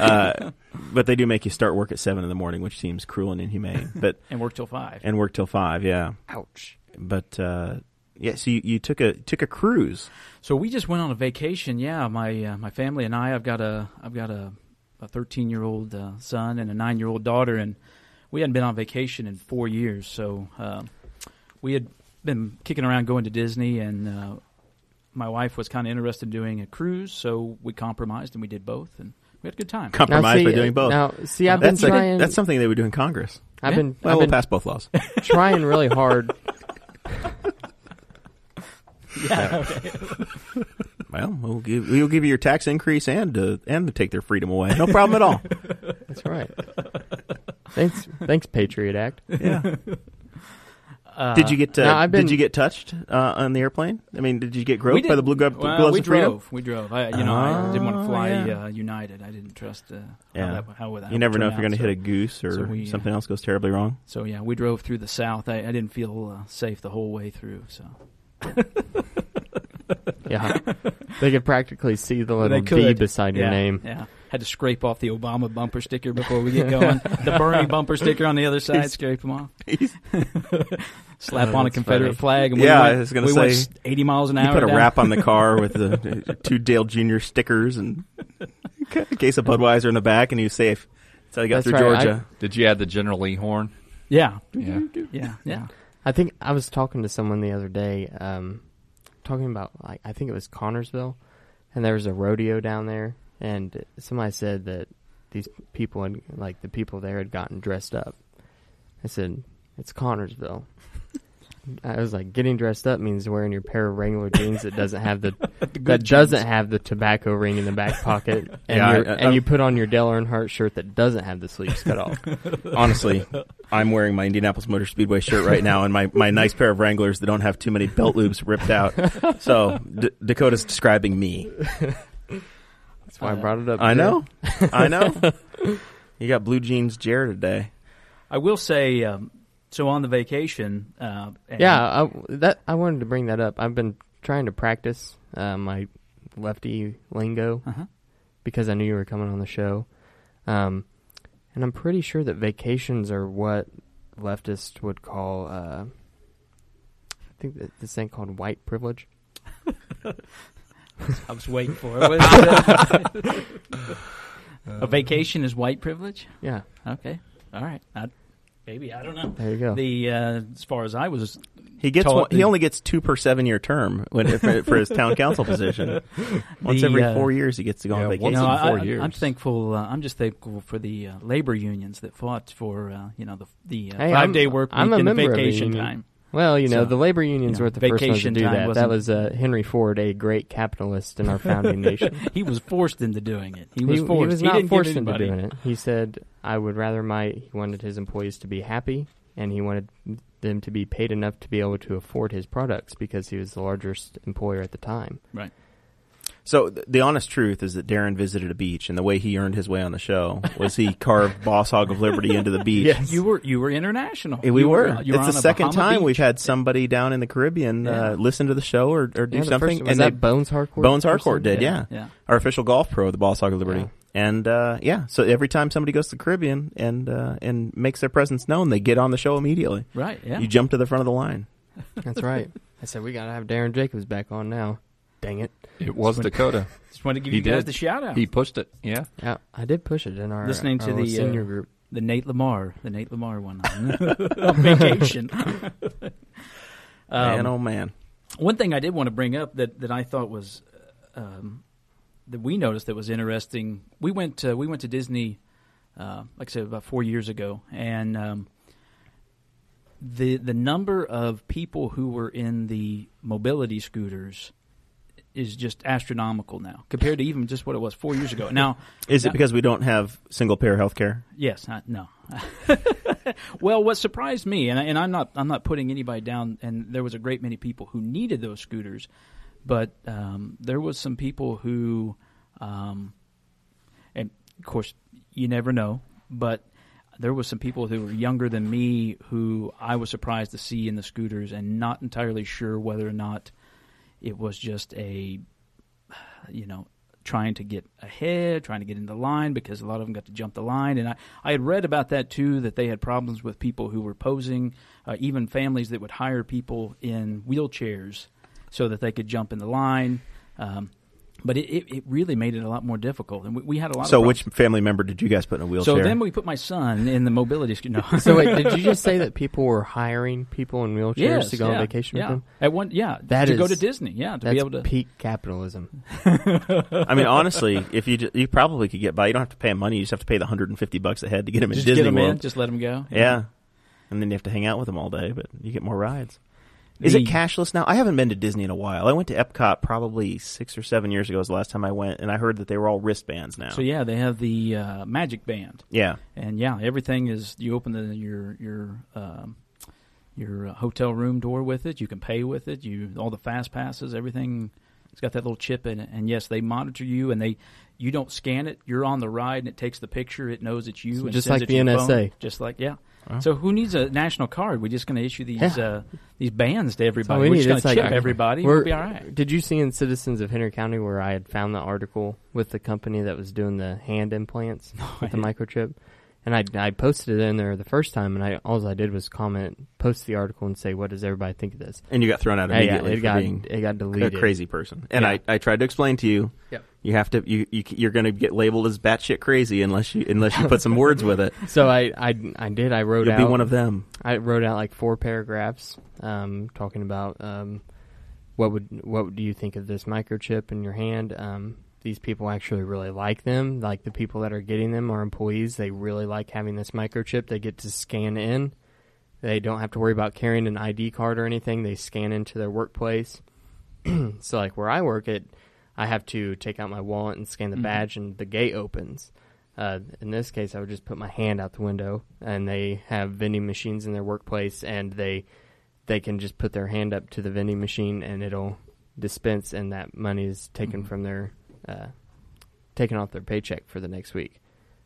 uh, but they do make you start work at seven in the morning, which seems cruel and inhumane. But
and work till five.
and work till five, yeah.
Ouch.
But uh, yeah, so you, you took a took a cruise.
So we just went on a vacation. Yeah, my uh, my family and I. I've got a I've got a a 13 year old uh, son and a nine year old daughter, and we hadn't been on vacation in four years. So um, we had been kicking around going to Disney, and uh, my wife was kind of interested in doing a cruise, so we compromised and we did both, and we had a good time.
Compromise
see, uh,
by doing both.
Now, see, I've
that's,
been
a-
trying.
that's something they would do in Congress.
I've
Yeah.
been,
Well, we'll
I've been
pass both laws.
trying really hard.
well, we'll give we'll give you your tax increase and uh, and to take their freedom away. No problem at all.
That's right. thanks, thanks, Patriot Act.
Yeah.
Uh,
Did you get uh,
now, I've been-
Did you get touched uh, on the airplane? I mean, did you get groped by the blue gov-
Well,
gloves
we
of freedom?
drove. We drove. I, you know, I didn't want
Oh,
to fly
yeah.
uh, United. I didn't trust uh,
Yeah.
how that, how that
You never know if you're
going
going to hit a goose or
so we, uh,
something else goes terribly wrong.
So yeah, we drove through the South. I, I didn't feel uh, safe the whole way through. So
Yeah, they could practically see the little
They could.
D beside your
Yeah,
name.
yeah, had to scrape off the Obama bumper sticker before we get going. the Bernie bumper sticker on the other side, scrape them off. Slap
Oh,
on a
that's
Confederate
funny.
flag, and we
Oh, Yeah, I
went,
was gonna
we went
say,
eighty miles an
You
hour.
put a
down.
wrap on the car with the uh, two Dale Junior stickers and a case of Budweiser in the back, and he was safe. That's how he got
That's
through
right. I-
Georgia.
Did you add the General Lee horn?
Yeah,
Yeah.
yeah, yeah.
I think I was talking to someone the other day, um, talking about like I think it was Connorsville, and there was a rodeo down there, and somebody said that these people and like the people there had gotten dressed up. I said it's Connorsville. I was like, getting dressed up means wearing your pair of Wrangler jeans that doesn't have the that doesn't have the tobacco ring in the back pocket, and,
Yeah, I-
your-
I-
and you put on your Dale Earnhardt shirt that doesn't have the sleeves cut off.
Honestly, I'm wearing my Indianapolis Motor Speedway shirt right now, and my, my nice pair of Wranglers that don't have too many belt loops ripped out. So D- Dakota's describing me.
That's why I brought it up.
I
today.
know, I know. You got blue jeans, Jared today.
I will say, um, so on the vacation. Uh, and-
Yeah, I, that I wanted to bring that up. I've been trying to practice uh, my lefty lingo
Uh-huh.
because I knew you were coming on the show, um, and I'm pretty sure that vacations are what leftists would call. Uh, I think that this thing called white privilege.
I was waiting for it. What is it. a vacation is white privilege.
Yeah,
Okay, all right. I, maybe I don't know.
there you go.
The uh, as far as I was,
He gets
Tall-
one, he only gets two per seven year term when, for, for his town council position. Once
The,
every
uh,
four years, he gets to go
Yeah,
on
once
vacation.
in
I,
four
I- I'm
years.
thankful. Uh, I'm just thankful for the uh, labor unions that fought for uh, you know the the uh,
Hey, I'm-
five day work week
I'm a
and
member of a
vacation
union.
time.
Well, you
So,
know, the labor
you
unions
know,
were the first ones to
vacation
do
time
that.
wasn't-
That was uh, Henry Ford, a great capitalist in our founding nation.
He was forced into doing it. He was forced.
He was not
didn't
forced
get
into
anybody.
doing it. He said, "I would rather my." He wanted his employees to be happy, and he wanted them to be paid enough to be able to afford his products because he was the largest employer at the time.
Right.
So th- the honest truth is that Darren visited a beach, and the way he earned his way on the show was he carved Boss Hog of Liberty into the beach.
Yes.
You were you were international.
And we
You
were.
you
it's
on
the
a
second
Bahama
time
beach.
we've had somebody down in the Caribbean
Yeah.
uh, listen to the show or, or do
Yeah, the
something.
first- was
and
that
they-
Bones Harcourt?
Bones
the first
Harcourt
one?
did, yeah.
Yeah.
Our official golf pro, the Boss Hog of Liberty.
Yeah.
And uh, yeah, so every time somebody goes to the Caribbean and uh, and makes their presence known, they get on the show immediately.
Right. Yeah.
You jump to the front of the line.
That's right. I said we gotta have Darren Jacobs back on now. Dang it!
It was
When-
Dakota.
Just wanted to give
He
you guys
did.
the shout out.
He pushed it. Yeah.
Yeah, I did push it in our
Listening to
our
the,
senior
uh,
group.
The Nate Lamar. The Nate Lamar one on, on vacation.
man,
um,
oh man.
one thing I did want to bring up that, that I thought was um, that we noticed that was interesting. We went to, we went to Disney, uh, like I said, about four years ago, and um, the the number of people who were in the mobility scooters is just astronomical now compared to even just what it was four years ago. Now,
Is
Yeah.
it because we don't have single payer health care?
Yes, I, no. well, what surprised me, and, I, and I'm not, I'm not putting anybody down. And there was a great many people who needed those scooters, but um, there was some people who, um, and of course, you never know. But there was some people who were younger than me who I was surprised to see in the scooters, and not entirely sure whether or not it was just a, you know, trying to get ahead, trying to get in the line because a lot of them got to jump the line. And I, I had read about that too, that they had problems with people who were posing, uh, even families that would hire people in wheelchairs so that they could jump in the line. Um, but it, it, it really made it a lot more difficult. And we, we had a lot
So
of
which
problems.
family member did you guys put in a
So
wheelchair?
then we put my son in the mobility sc- No.
So wait, did you just say that people were hiring people in wheelchairs
Yes,
to go
yeah,
on vacation
yeah.
with them?
At one, yeah,
That
to go
is-
to Disney, yeah, to
That's
be able to.
peak capitalism.
I mean, honestly, if you ju- you probably could get by. You don't have to pay him money. You just have to pay the hundred and fifty bucks a head to get him in
just
Disney
get him
World.
in, just let him go.
Yeah. And then you have to hang out with them all day, but you get more rides. Is it
The-
cashless now? I haven't been to Disney in a while. I went to Epcot probably six or seven years ago was the last time I went, and I heard that they were all wristbands now.
So yeah, they have the uh, Magic Band.
yeah.
and yeah, everything is. You open the, your your um, your uh, hotel room door with it. You can pay with it. You all the fast passes. Everything. It's got that little chip in it. And yes, they monitor you, and they you don't scan it. You're on the ride, and it takes the picture. It knows it's you.
So
and
just
sends
like
it
the
to your
NSA.
phone. Just like yeah. So who needs a national card? We're just going to issue these
Yeah.
uh, these bands to
That's all
everybody.
we
We're
need.
just going
It's
to
like-
chip everybody.
We're-
We'll be all right.
Did you see in Citizens of Henry County where I had found the article with the company that was doing the hand implants with the microchip? And I, I posted it in there the first time, and I all I did was comment, post the article, and say, "What does everybody think of this?"
And you got thrown out
Hey, yeah,
immediately
it
for
got
being
it got
a
deleted.
crazy person. And
Yeah.
I, I tried to explain to you,
Yep.
you have to you, you c- you're going to get labeled as batshit crazy unless you unless you put some words with it.
So I, I, I did. I wrote
You'll
out.
be one of them.
I wrote out like four paragraphs, um, talking about um, what would what do you think of this microchip in your hand? Um, these people actually really like them. Like the people that are getting them are employees. They really like having this microchip. They get to scan in. They don't have to worry about carrying an ID card or anything. They scan into their workplace. so like where I work at, I have to take out my wallet and scan the badge, and the gate opens. Uh, in this case, I would just put my hand out the window, and they have vending machines in their workplace, and they they can just put their hand up to the vending machine, and it'll dispense, and that money is taken from their uh, taken off their paycheck for the next week.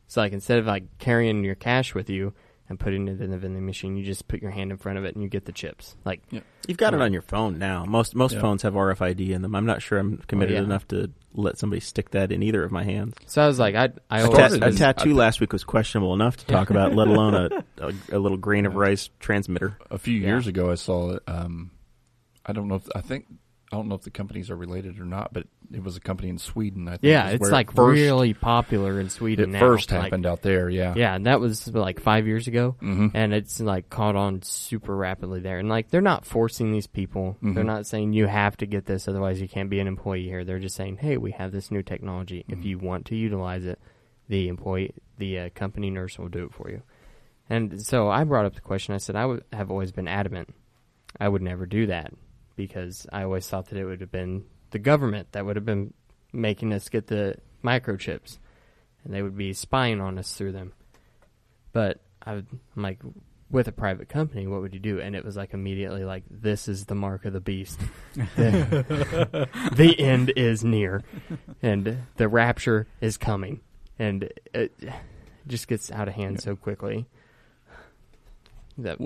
So like instead of like carrying your cash with you and putting it in the vending machine, you just put your hand in front of it and you get the chips. Like
You've got it on your phone now. Most most
Yeah.
phones have RFID in them. I'm not sure I'm committed
Oh, yeah.
enough to let somebody stick that in either of my hands.
so, I was like, I I
A,
always
tat- a tattoo last week was questionable enough to talk about, let alone a, a, a little grain of rice transmitter.
A few years ago, I saw. Um, I don't know. if I think I don't know if the companies are related or not, but it was a company in Sweden. I think
yeah,
is
it's
where it
like
first,
really popular in
It
Sweden. now.
first
Like,
happened out there. Yeah.
Yeah, and that was like five years ago,
Mhm.
and it's like caught on super rapidly there. And like, they're not forcing these people; they're
Mhm.
not saying you have to get this, otherwise you can't be an employee here. They're just saying, hey, we have this new technology. If you want to utilize it, the employee, the uh, company nurse will do it for you. And so I brought up the question. I said I would have always been adamant I would never do that because I always thought that it would have been the government that would have been making us get the microchips and they would be spying on us through them. But I would, I'm like, with a private company, what would you do? And it was like immediately like, this is the mark of the beast. the, the end is near, and the rapture is coming, and it just gets out of hand so quickly. That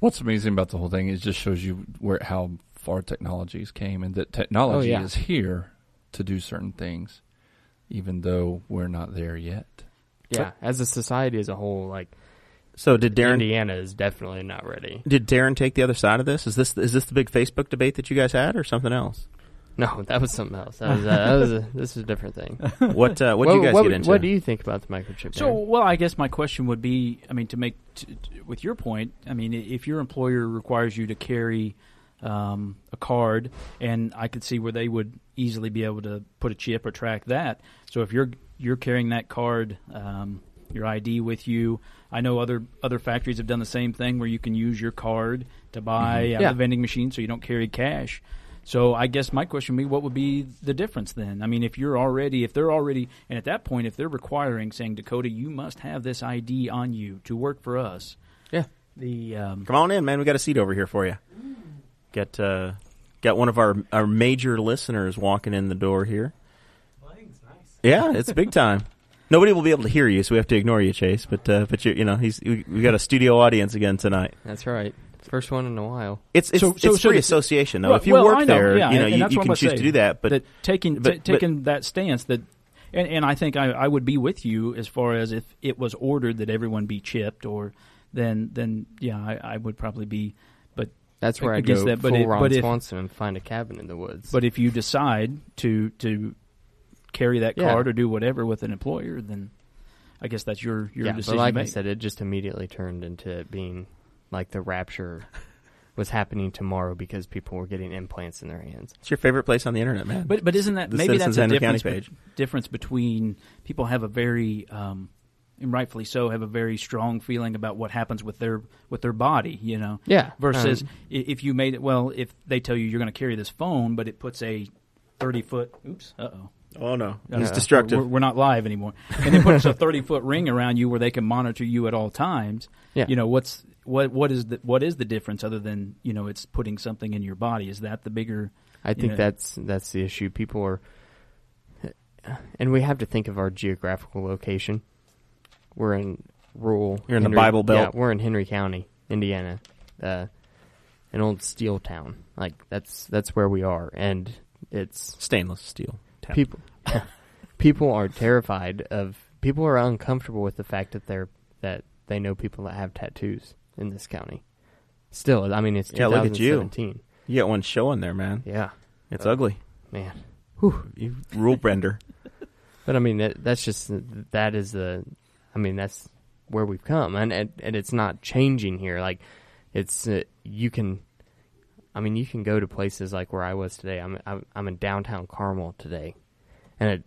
What's amazing about the whole thing is it just shows you where how far technologies came and that technology
Oh, yeah.
is here to do certain things, even though we're not there yet.
yeah, as a society as a whole, like
So did Darren?
Indiana is definitely not ready.
Did Darren take the other side of this? Is this is this the big Facebook debate that you guys had, or something else?
No, that was something else. That was, uh, that was a, this is a different thing.
What uh, what do you guys
what,
get into?
What do you think about the microchip?
So,
Aaron?
well, I guess my question would be, I mean, to make t- t- with your point, I mean, i- if your employer requires you to carry um, a card, and I could see where they would easily be able to put a chip or track that. So, if you're you're carrying that card, um, your ID with you, I know other other factories have done the same thing where you can use your card to buy out
Yeah.
of the vending machine, so you don't carry cash. So I guess my question would be, what would be the difference then? I mean, if you're already, if they're already, and at that point, if they're requiring, saying Dakota, you must have this ID on you to work for us.
Yeah.
The um,
Come on in, man. We got a seat over here for you. Get uh, got one of our our major listeners walking in the door here. Yeah, it's big time. Nobody will be able to hear you, so we have to ignore you, Chase. But uh, but you you know he's we, we got a studio audience again tonight.
that's right. First one in a while.
It's it's,
So- so-
it's
so
free
the-
association though.
Well-
if you
well, I
work
know,
there,
yeah,
you know
and
you,
that's
you
what
can
I'm gonna
choose
say.
to do that. But
that taking ta-
but- but-
taking that stance that, and, and I think I, I would be with you as far as if it was ordered that everyone be chipped, or then then yeah, I, I would probably be. But
That's where I,
Against
go
that, but
full
if-
Ron
but if-
Swanson and find a cabin in the woods.
but if you decide to to carry that
Yeah.
card or do whatever with an employer, then I guess that's your your
yeah, but
decision.
like I
made.
said, it just immediately turned into it being like the rapture was happening tomorrow because people were getting implants in their hands.
it's your favorite place on the internet, man.
But but isn't that
The
maybe that's
Citizens
a
Henry County
difference, be- difference between people have a very um, and rightfully so have a very strong feeling about what happens with their with their body, you know.
Yeah,
Versus
um,
i if you made it well, if they tell you you're going to carry this phone, but it puts a thirty foot. Oops. Uh oh.
oh no, it's
Uh,
destructive.
We're, we're not live anymore. And it puts a thirty foot ring around you where they can monitor you at all times.
Yeah.
You know what's what what is the what is the difference other than you know it's putting something in your body? Is that the bigger?
I think
Yeah.
that's that's the issue. People are, and we have to think of our geographical location. We're in rural.
You're in the Bible Belt.
Yeah, we're in Henry County, Indiana, uh, an old steel town. Like that's that's where we are, and it's
Stainless steel. tap.
people people are terrified of people are uncomfortable with the fact that they're that they know people that have tattoos in this county. Still, I mean it's
Yeah, look at you.
2017.
You got one showing there, man.
Yeah,
It's ugly.
man.
You rule bender.
But I mean that, that's just that is the I mean that's where we've come and and, and it's not changing here. Like it's uh, you can I mean you can go to places like where I was today. I'm I'm, I'm in downtown Carmel today. And it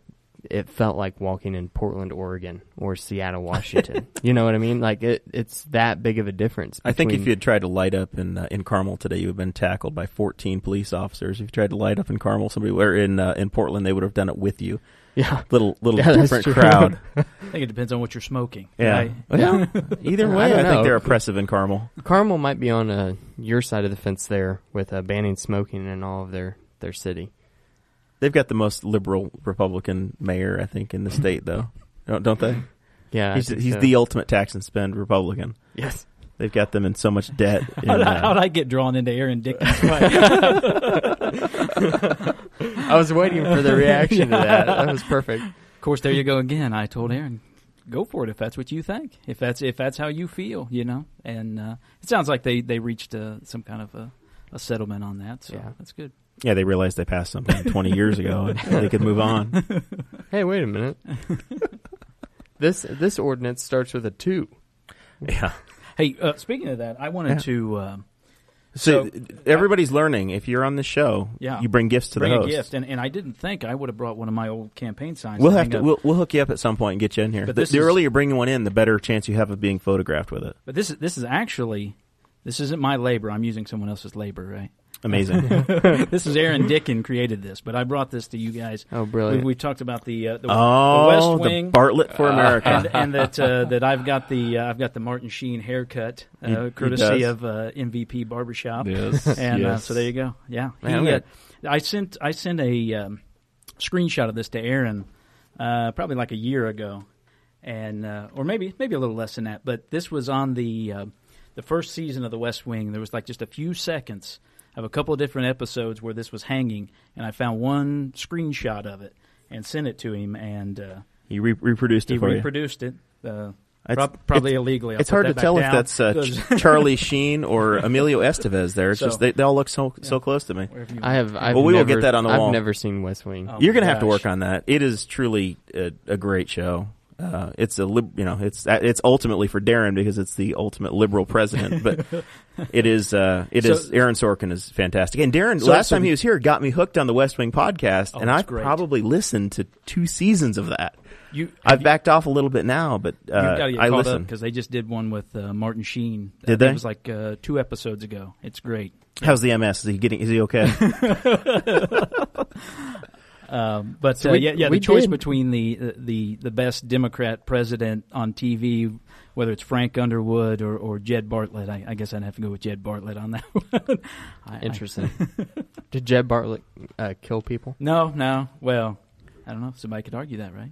it felt like walking in Portland, Oregon or Seattle, Washington. you know what I mean? Like it it's that big of a difference.
I think if
between-
you had tried to light up in uh, in Carmel today, you would have been tackled by 14 police officers. If you tried to light up in Carmel, somebody or in uh, in Portland, they would have done it with you.
yeah.
Little little
Yeah, that's
different
true.
crowd.
I think it depends on what you're smoking.
Yeah.
right?
yeah. Either
I
way, I,
don't
think
know.
they're oppressive in Carmel.
Carmel might be on uh, your side of the fence there with uh, banning smoking in all of their their city.
They've got the most liberal Republican mayor, I think, in the state, though. Don't, don't they?
Yeah, I
He's,
think
he's
so.
the ultimate tax and spend Republican.
yes.
They've got them in so much debt. in,
How'd, I,
uh,
how'd I get drawn into Aaron Dickens' fight?
I was waiting for the reaction to that. That was perfect.
of course, there you go again. I told Aaron, go for it if that's what you think, if that's if that's how you feel, you know. And uh, it sounds like they they reached uh, some kind of a, a settlement on that, so
Yeah.
that's good.
yeah, they realized they passed something 20 years ago and they could move on.
Hey, wait a minute. this this ordinance starts with a two.
Yeah.
Hey, uh, speaking of that, I wanted
Yeah.
to um
So, uh,
So-
everybody's learning. If you're on the show,
Yeah.
you bring gifts to
bring
the
a
host.
gift, and, and I didn't think I would have brought one of my old campaign signs.
We'll
to
have
hang
to
up.
we'll, we'll hook you up at some point and get you in here.
But
The,
this
the
is-
earlier you bring one in, the better chance you have of being photographed with it.
But this is this is actually This isn't my labor. I'm using someone else's labor, right?
Amazing.
this is Aaron Dickin created this, but I brought this to you guys.
Oh,
We,
brilliant.
we talked about the uh, the, the
oh,
West
the
Wing. Uh,
Bartlett for America.
and, and that uh, that I've got the uh, I've got the Martin Sheen haircut, uh,
He- he
courtesy
does.
of uh, MVP Barbershop.
Yes.
And uh,
yes.
so there you go. Yeah,
Man, I'm
He,
gonna-
uh, I sent I sent a um, screenshot of this to Aaron uh, probably like a year ago, and uh, or maybe maybe a little less than that. But this was on the uh, the first season of The West Wing. There was like just a few seconds of a couple of different episodes where this was hanging, and I found one screenshot of it and sent it to him, and uh,
he re- reproduced it
he
for you.
reproduced it. Uh,
It's-
prob- probably
it's-
illegally. I'll
it's
put
hard
that
to
back
tell if
down.
that's uh,
Those-
Ch- Charlie Sheen or Emilio Estevez. There, it's
So-
just they, they all look so so close to me.
wherever you-
I have. I've
Well, we will
never-
get that on the wall.
I've never seen West Wing.
Oh
You're
my
gonna have to
gosh.
work on that. It is truly a, a great show. Uh, it's a lib- you know it's uh, it's ultimately for Darren because it's the ultimate liberal president, but it is uh, it is
So-
Aaron Sorkin is fantastic and Darren
So-
last
so
time he
the-
was here got me hooked on the West Wing podcast
Oh,
and
it's
I've
great.
probably listened to two seasons of that.
You,
I've backed off a little bit now, but
You've
uh,
got to get
I
caught
listen.
because they just did one with uh, Martin Sheen.
Did
Uh,
they?
It was like uh, two episodes ago. It's great.
How's the MS? Is he getting? Is he okay?
Um, but
So
uh,
we-
yeah, yeah,
we
the choice
did-
between the, uh, the the best Democrat president on TV, whether it's Frank Underwood or, or Jed Bartlett, I, I guess I'd have to go with Jed Bartlett on that one. I- I-
Interesting. Did Jeb Bartlett uh, kill people?
no, no. Well, I don't know. Somebody could argue that, right?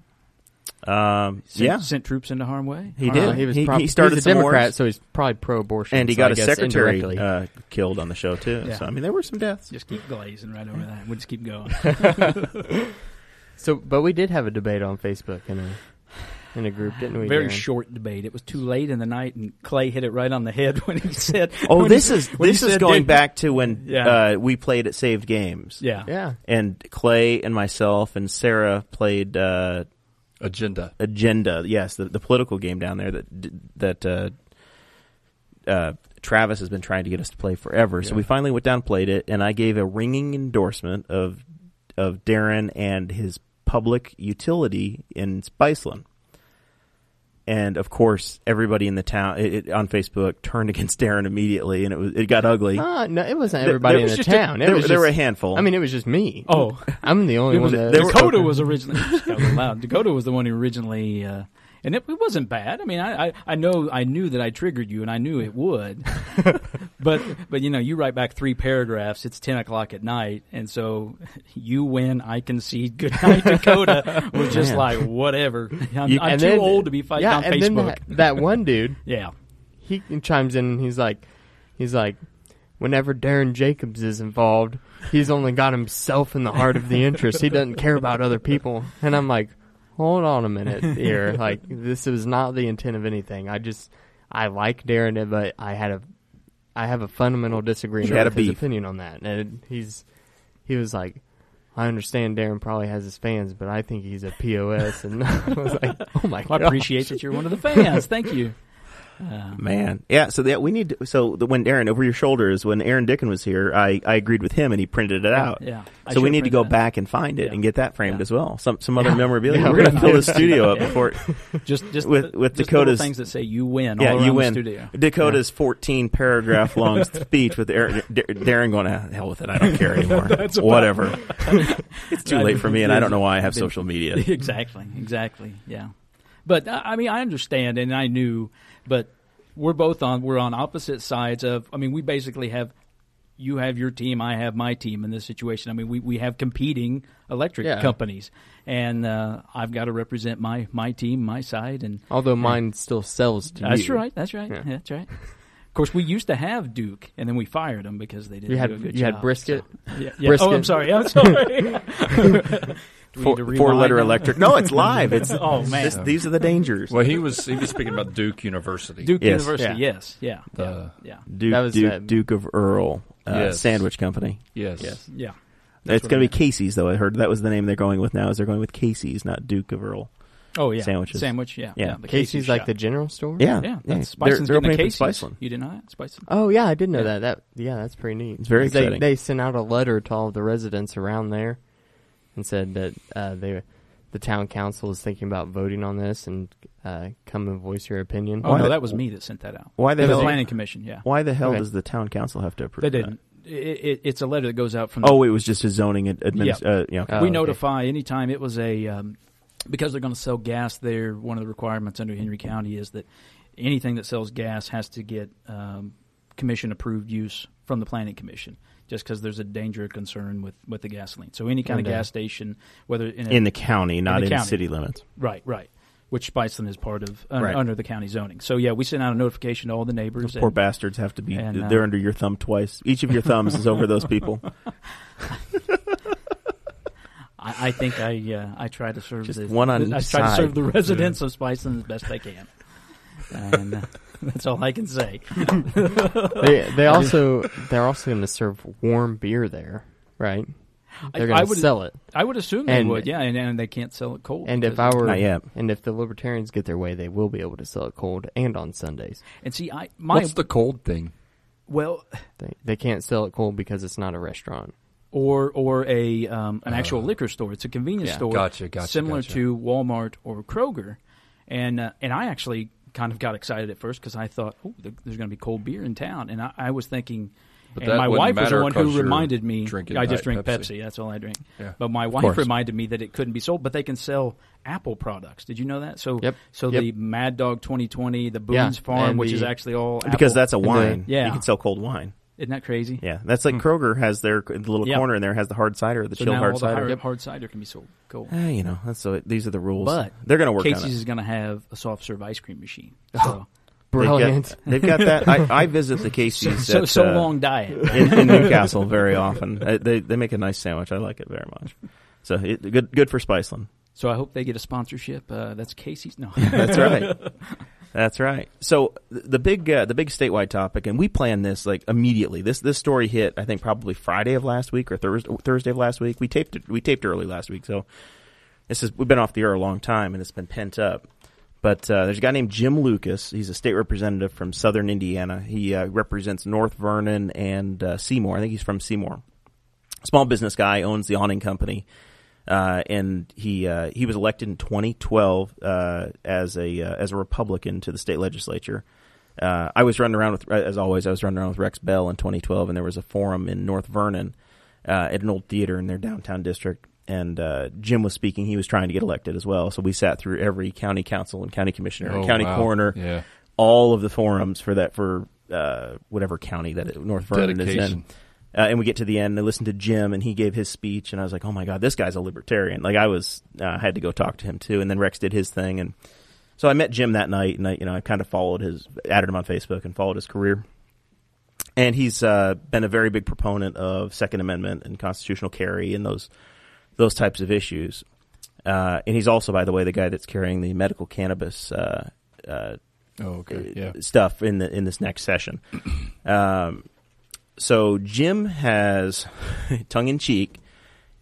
um,
Sent,
yeah,
sent troops into harm way.
He
Harm
did.
Uh,
way?
he was.
He-
prob-
he started
he's a
some
Democrat,
wars.
so he's probably pro-abortion.
and he
so I
got a
guess
secretary
indirectly.
uh, killed on the show too.
Yeah.
So I mean, there were some deaths.
Just keep glazing right over that. We'll just keep going.
uh.
so, but we did have a debate on Facebook in a in a group, didn't we?
Very
Darren?
short debate. It was too late in the night, and Clay hit it right on the head when he said,
Oh,
when he-
this is
when he
this is
said,
going
"Dude,
back to when
Yeah.
uh, we played at Saved Games.
Yeah.
Yeah.
And Clay and myself and Sarah played uh,
Agenda.
Agenda. Yes, the, the political game down there that d- that uh, uh, Travis has been trying to get us to play forever. So
Yeah.
we finally went down and played it, and I gave a ringing endorsement of of Darren and his public utility in Spiceland. And of course, everybody in the town it, it, on Facebook turned against Darren immediately, and it was it got ugly.
Uh, no, it wasn't
There-
everybody
there was
in the
just a-
town. It
there,
was
there
just-
were a handful.
I mean, it was just me.
Oh,
I'm the only
It was-
one that.
there were-
Dakota was originally that was loud. Dakota was the one who originally, uh, and it, it wasn't bad. I mean, I, I, I know I knew that I triggered you, and I knew it would. but but you know, you write back three paragraphs. It's ten o'clock at night, and so you win, I concede. Good night, Dakota. was just
Man.
like whatever. I'm,
You-
I'm
and
uh, too
then-
old to be fighting
yeah,
on
and
Facebook.
then that, that one dude,
yeah.
he chimes in and he's like, he's like, whenever Darren Jacobs is involved, he's only got himself in the heart of the interest. He doesn't care about other people. And I'm like, hold on a minute here. Like this is not the intent of anything. I just I like Darren, but I had a I have a fundamental disagreement
You had a
with his
beef.
opinion on that. And he's he was like. I understand Darren probably has his fans, but I think he's a POS. And I was like, "Oh my
Well,
god!"
I appreciate that you're one of the fans. Thank you. Uh,
Man, yeah. So that we need. To, so the, when Aaron over your shoulders, when Aaron Dickin was here, I, I agreed with him, and he printed it out.
yeah. I
So we
should've
need to
printed
go
that.
back and find it
Yeah.
and get that framed
Yeah.
as well. Some some other memorabilia.
Yeah,
We're gonna
we're
fill
gonna
the
do
studio up
Yeah.
before.
Just just
with-
the-
with
just the
Dakota's-
little things that say you win. all
Yeah,
around
you
the
win.
Studio.
Dakota's fourteen paragraph long speech with Aaron, Dar- Darren going to hell with it. I don't care anymore.
That's about-
Whatever. it's too
Right.
late for me, and I don't know why I have
Big-
social media.
exactly, exactly. Yeah, but uh, I I mean, I understand, and I knew, but we're both on we're on opposite sides of. I mean, we basically have you have your team, I have my team in this situation. I mean, we, we have competing electric
Yeah.
companies, and uh, I've got to represent my my team, my side, and
Although mine still sells to
that's
you.
right, that's right,
Yeah.
that's right. Of course, we used to have Duke, and then we fired them because they didn't do
You
a
had
good
you
job.
had brisket.
so- yeah, yeah.
brisket.
Oh, I'm sorry. I'm sorry. Do we need to rewind
Four letter
now?
electric. No, it's live. It's
Oh man,
this- these are the dangers.
Well, he was he was speaking about Duke University.
Duke
Yes.
University.
Yeah.
Yes. Yeah.
The-
yeah.
Duke
That was
Duke,
that-
Duke of Earl uh,
Yes.
Sandwich Company.
Yes.
Yes.
Yeah.
It's going
what I
to
meant.
be Casey's, though. I heard that was the name they're going with now. Is they're going with Casey's, not Duke of Earl.
Oh yeah.
Sandwiches.
Sandwich. Yeah.
Yeah.
the
Casey's like
shop.
the general store.
Yeah,
Hmm. Yeah. That's
They're- they're
Spiceland's getting
opening
the
up in
Casey's.
Spiceland.
You did not know that? Spiceland.
Oh yeah, I did know
Yeah.
that. That yeah, that's pretty neat.
It's very
they
exciting.
they sent out a letter to all the residents around there, and said that uh, they the town council is thinking about voting on this and uh, come and voice your opinion.
Oh
Why
no,
the-
that was me that sent that out.
Why the
the
hell-
planning commission? Yeah,
Why the hell
Okay.
does the town council have to approve?
they
that?
didn't. It, it, it's a letter that goes out from. the
Oh, it was just a zoning ad- administ- uh, yeah, okay.
Uh,
we
okay.
notify anytime it was a um, because they're going to sell gas there. One of the requirements under Henry County is that anything that sells gas has to get um, commission approved use from the planning commission. Just because there's a danger or concern with, with the gasoline, so any kind of
And, uh,
gas station, whether in, a,
in the county, not in,
the county.
city limits.
right, right, which Spiceland is part of un-
Right.
under the county zoning. So yeah, we sent out a notification to all the neighbors.
Those poor
and-
bastards have to be.
and, uh,
they're under your thumb twice. Each of your thumbs is over those people.
I, I think I uh, I try to serve
Just
the
one on
I
each
try to
side.
serve the residents of Spiceland as best I can, and uh, that's all I can say.
they they also they're also going to serve warm beer there, right?
I-
They're
I
going to
would-
sell it.
I would assume they
And-
would, yeah, and, and they can't sell it cold.
And if
because-
I were,
Not yet.
and if the libertarians get their way, they will be able to sell it cold and on Sundays.
and see, I my
What's the cold thing?
well,
They they can't sell it cold because it's not a restaurant.
or or a um, an actual liquor store. It's a convenience
yeah.
store,
Gotcha, gotcha,
similar
gotcha.
to Walmart or Kroger, and uh, and I actually kind of got excited at first because I thought, oh, there- there's going to be cold beer in town, and I, I was thinking.
But
and
that
my
wouldn't
wife was the
matter
one who
'cause you're
reminded me.
drinking
I just drink
Diet
Pepsi.
Pepsi.
That's all I drink.
Yeah.
But my wife
course.
reminded me that it couldn't be sold, but they can sell Apple products. Did you know that? So,
Yep.
so
Yep.
the Mad Dog 2020, the
Yeah.
Boone's Farm,
And
which
the-
is actually all
Because
apple.
that's a wine.
yeah.
You can sell cold wine.
isn't that crazy?
Yeah. That's like Kroger has their the little
Yeah.
corner in there has the hard cider, the
So
chilled
now
hard
all the
cider.
hard, hard cider can be sold. Cool.
Eh, you know, that's so these are the rules.
But
they're going to work
Casey's
on it.
is going to have a soft serve ice cream machine. So,
They've got-
Brilliant.
They've got, that. I, I visit the Casey's.
so,
at,
so
uh,
long diet.
in, in Newcastle very often. Uh, They they make a nice sandwich. I like it very much. So it, good good for Spiceland.
So I hope they get a sponsorship. Uh, that's Casey's. No,
That's right. That's right. So th- the big uh, the big statewide topic, and we planned this like immediately. This this story hit I think probably Friday of last week or Thursday Thursday of last week. We taped it, we taped early last week, so this is we've been off the air a long time and it's been pent up. But uh, there's a guy named Jim Lucas. He's a state representative from Southern Indiana. He uh, represents North Vernon and uh, Seymour. I think he's from Seymour. Small business guy owns the awning company, uh, and he uh, he was elected in 2012 uh, as a uh, as a Republican to the state legislature. Uh, I was running around with, as always, I was running around with Rex Bell in 2012, and there was a forum in North Vernon uh, at an old theater in their downtown district. And uh, Jim was speaking; he was trying to get elected as well. So we sat through every county council and county commissioner, and
Oh,
county
wow.
coroner,
Yeah.
all of the forums for that for uh, whatever county that it, North Vernon is in.
Dedication.
Uh, and we get to the end. And I listened to Jim, and he gave his speech, and I was like, "Oh my god, this guy's a libertarian!" Like I was, uh, I had to go talk to him too. And then Rex did his thing, and so I met Jim that night, and I, you know, I kind of followed his, added him on Facebook, and followed his career. And he's uh, been a very big proponent of Second Amendment and constitutional carry and those those types of issues. Uh, and he's also, by the way, the guy that's carrying the medical cannabis uh, uh,
Oh, okay. Yeah.
stuff in the in this next session. Um, so Jim has, tongue in cheek,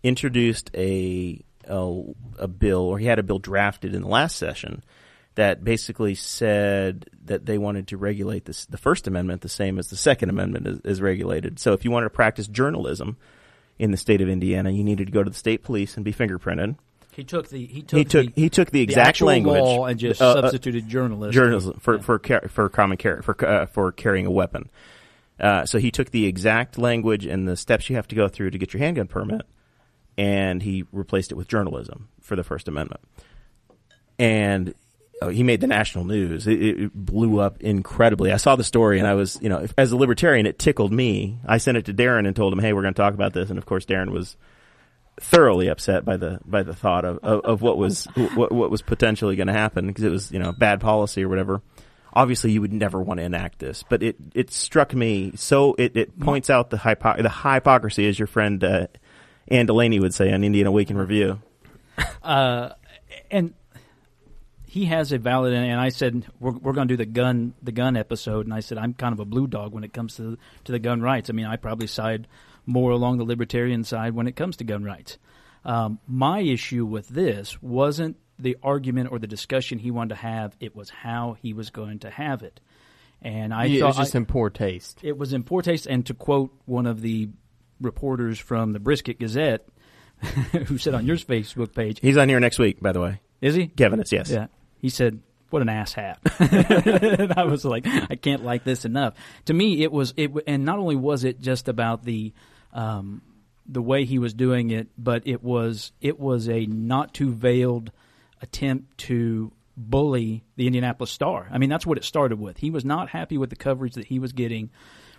introduced a, a a bill, or he had a bill drafted in the last session that basically said that they wanted to regulate this, the First Amendment the same as the Second Amendment is, is regulated. So if you wanted to practice journalism in the state of Indiana, you needed to go to the state police and be fingerprinted.
he took the he took
He took
the,
he took the exact
actual
language
law and just
uh, uh,
substituted journalist.
journalism for for car- for common carry for uh, for carrying a weapon. Uh, so he took the exact language and the steps you have to go through to get your handgun permit, and he replaced it with journalism for the First Amendment. And uh, he made the national news. It, it it blew up incredibly. I saw the story, and I was, you know, if, as a libertarian, it tickled me. I sent it to Darren and told him, "Hey, we're going to talk about this." And of course, Darren was thoroughly upset by the by the thought of, of, of what was what, what was potentially going to happen because it was you know bad policy or whatever. Obviously, you would never want to enact this, but it, it struck me so it, it points out the hypo- the hypocrisy, as your friend uh, Ann Delaney would say on Indiana Week in Review.
uh, and he has a valid and I said we're, we're going to do the gun the gun episode and I said I'm kind of a blue dog when it comes to to the gun rights. I mean I probably side more along the libertarian side when it comes to gun rights. Um, my issue with this wasn't the argument or the discussion he wanted to have; it was how he was going to have it. And I
Yeah,
thought
it's just
I-
in poor taste.
it was in poor taste, and to quote one of the reporters from the Brisket Gazette, who said on your Facebook page,
He's on here next week, by the way.
is he?
Kevin, it's yes.
Yeah. He said, "What an ass hat." and I was like, "I can't like this enough." To me, it was it, w- and not only was it just about the, um, the way he was doing it, but it was it was a not too veiled attempt to bully the Indianapolis Star. I mean, that's what it started with. He was not happy with the coverage that he was getting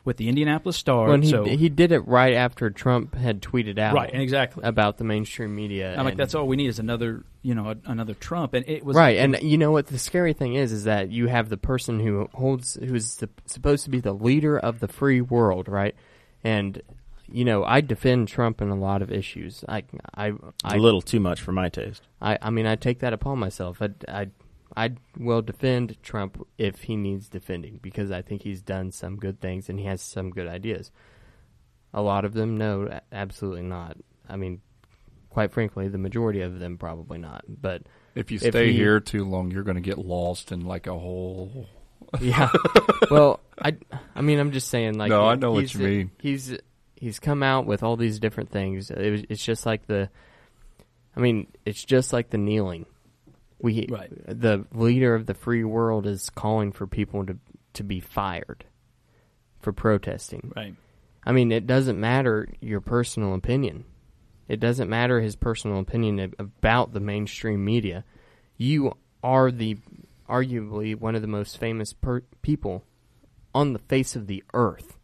with the Indianapolis Star.
When he,
so
he did it right after Trump had tweeted out
right, exactly.
about the mainstream media.
I'm like,
and-
that's all we need is another, you know, a, another Trump, and it was
right. And you know what? The scary thing is, is that you have the person who holds, who is the, supposed to be the leader of the free world, right? And you know, I defend Trump in a lot of issues. I, I,
It's
I
a little too much for my taste.
I, I mean, I take that upon myself. I, I, I will defend Trump if he needs defending because I think he's done some good things and he has some good ideas. A lot of them, no, a- absolutely not. I mean, quite frankly, the majority of them probably not. But
If you
If
stay
he-
here too long, you're going to get lost in like a whole.
yeah, well, I, I mean, I'm just saying, like,
No, I know what
he's-
you mean.
He's he's come out with all these different things. It was, it's just like the, I mean, it's just like the kneeling. We
Right.
the leader of the free world is calling for people to to be fired for protesting.
right.
I mean, it doesn't matter your personal opinion. It doesn't matter his personal opinion ab- about the mainstream media. You are the arguably one of the most famous per- people on the face of the earth.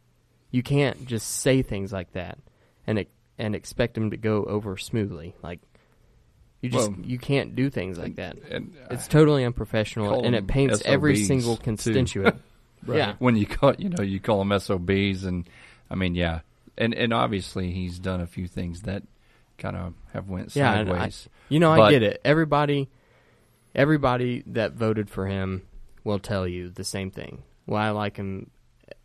You can't just say things like that and e- and expect them to go over smoothly. Like you just
Well-
you can't do things like that.
And
It's totally unprofessional,
Call
and
them
it paints every
SOBs,
single
too.
constituent. Yeah,
when you call you know you call them SOBs, and I mean yeah, and and obviously he's done a few things that kind of have went
Yeah, and I-
sideways.
You know,
But-
I get it. Everybody, everybody that voted for him will tell you the same thing. Well, I like him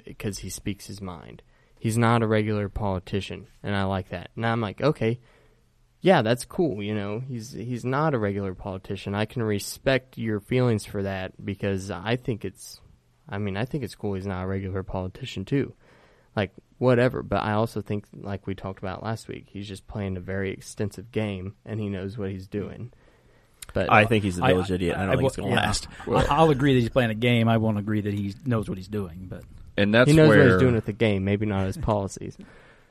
because he speaks his mind. He's not a regular politician, and I like that. And I'm like, okay, yeah, that's cool. You know, he's he's not a regular politician. I can respect your feelings for that because I think it's, I mean, I think it's cool. He's not a regular politician too like whatever. But I also think, like we talked about last week, he's just playing a very extensive game, and he knows what he's doing. But
I think he's a
I-
village idiot. I don't think it's going to
yeah.
last.
I- I'll agree that he's playing a game. I won't agree that he knows what he's doing. But
and that's
he knows
where
what he's doing with the game, maybe not his policies.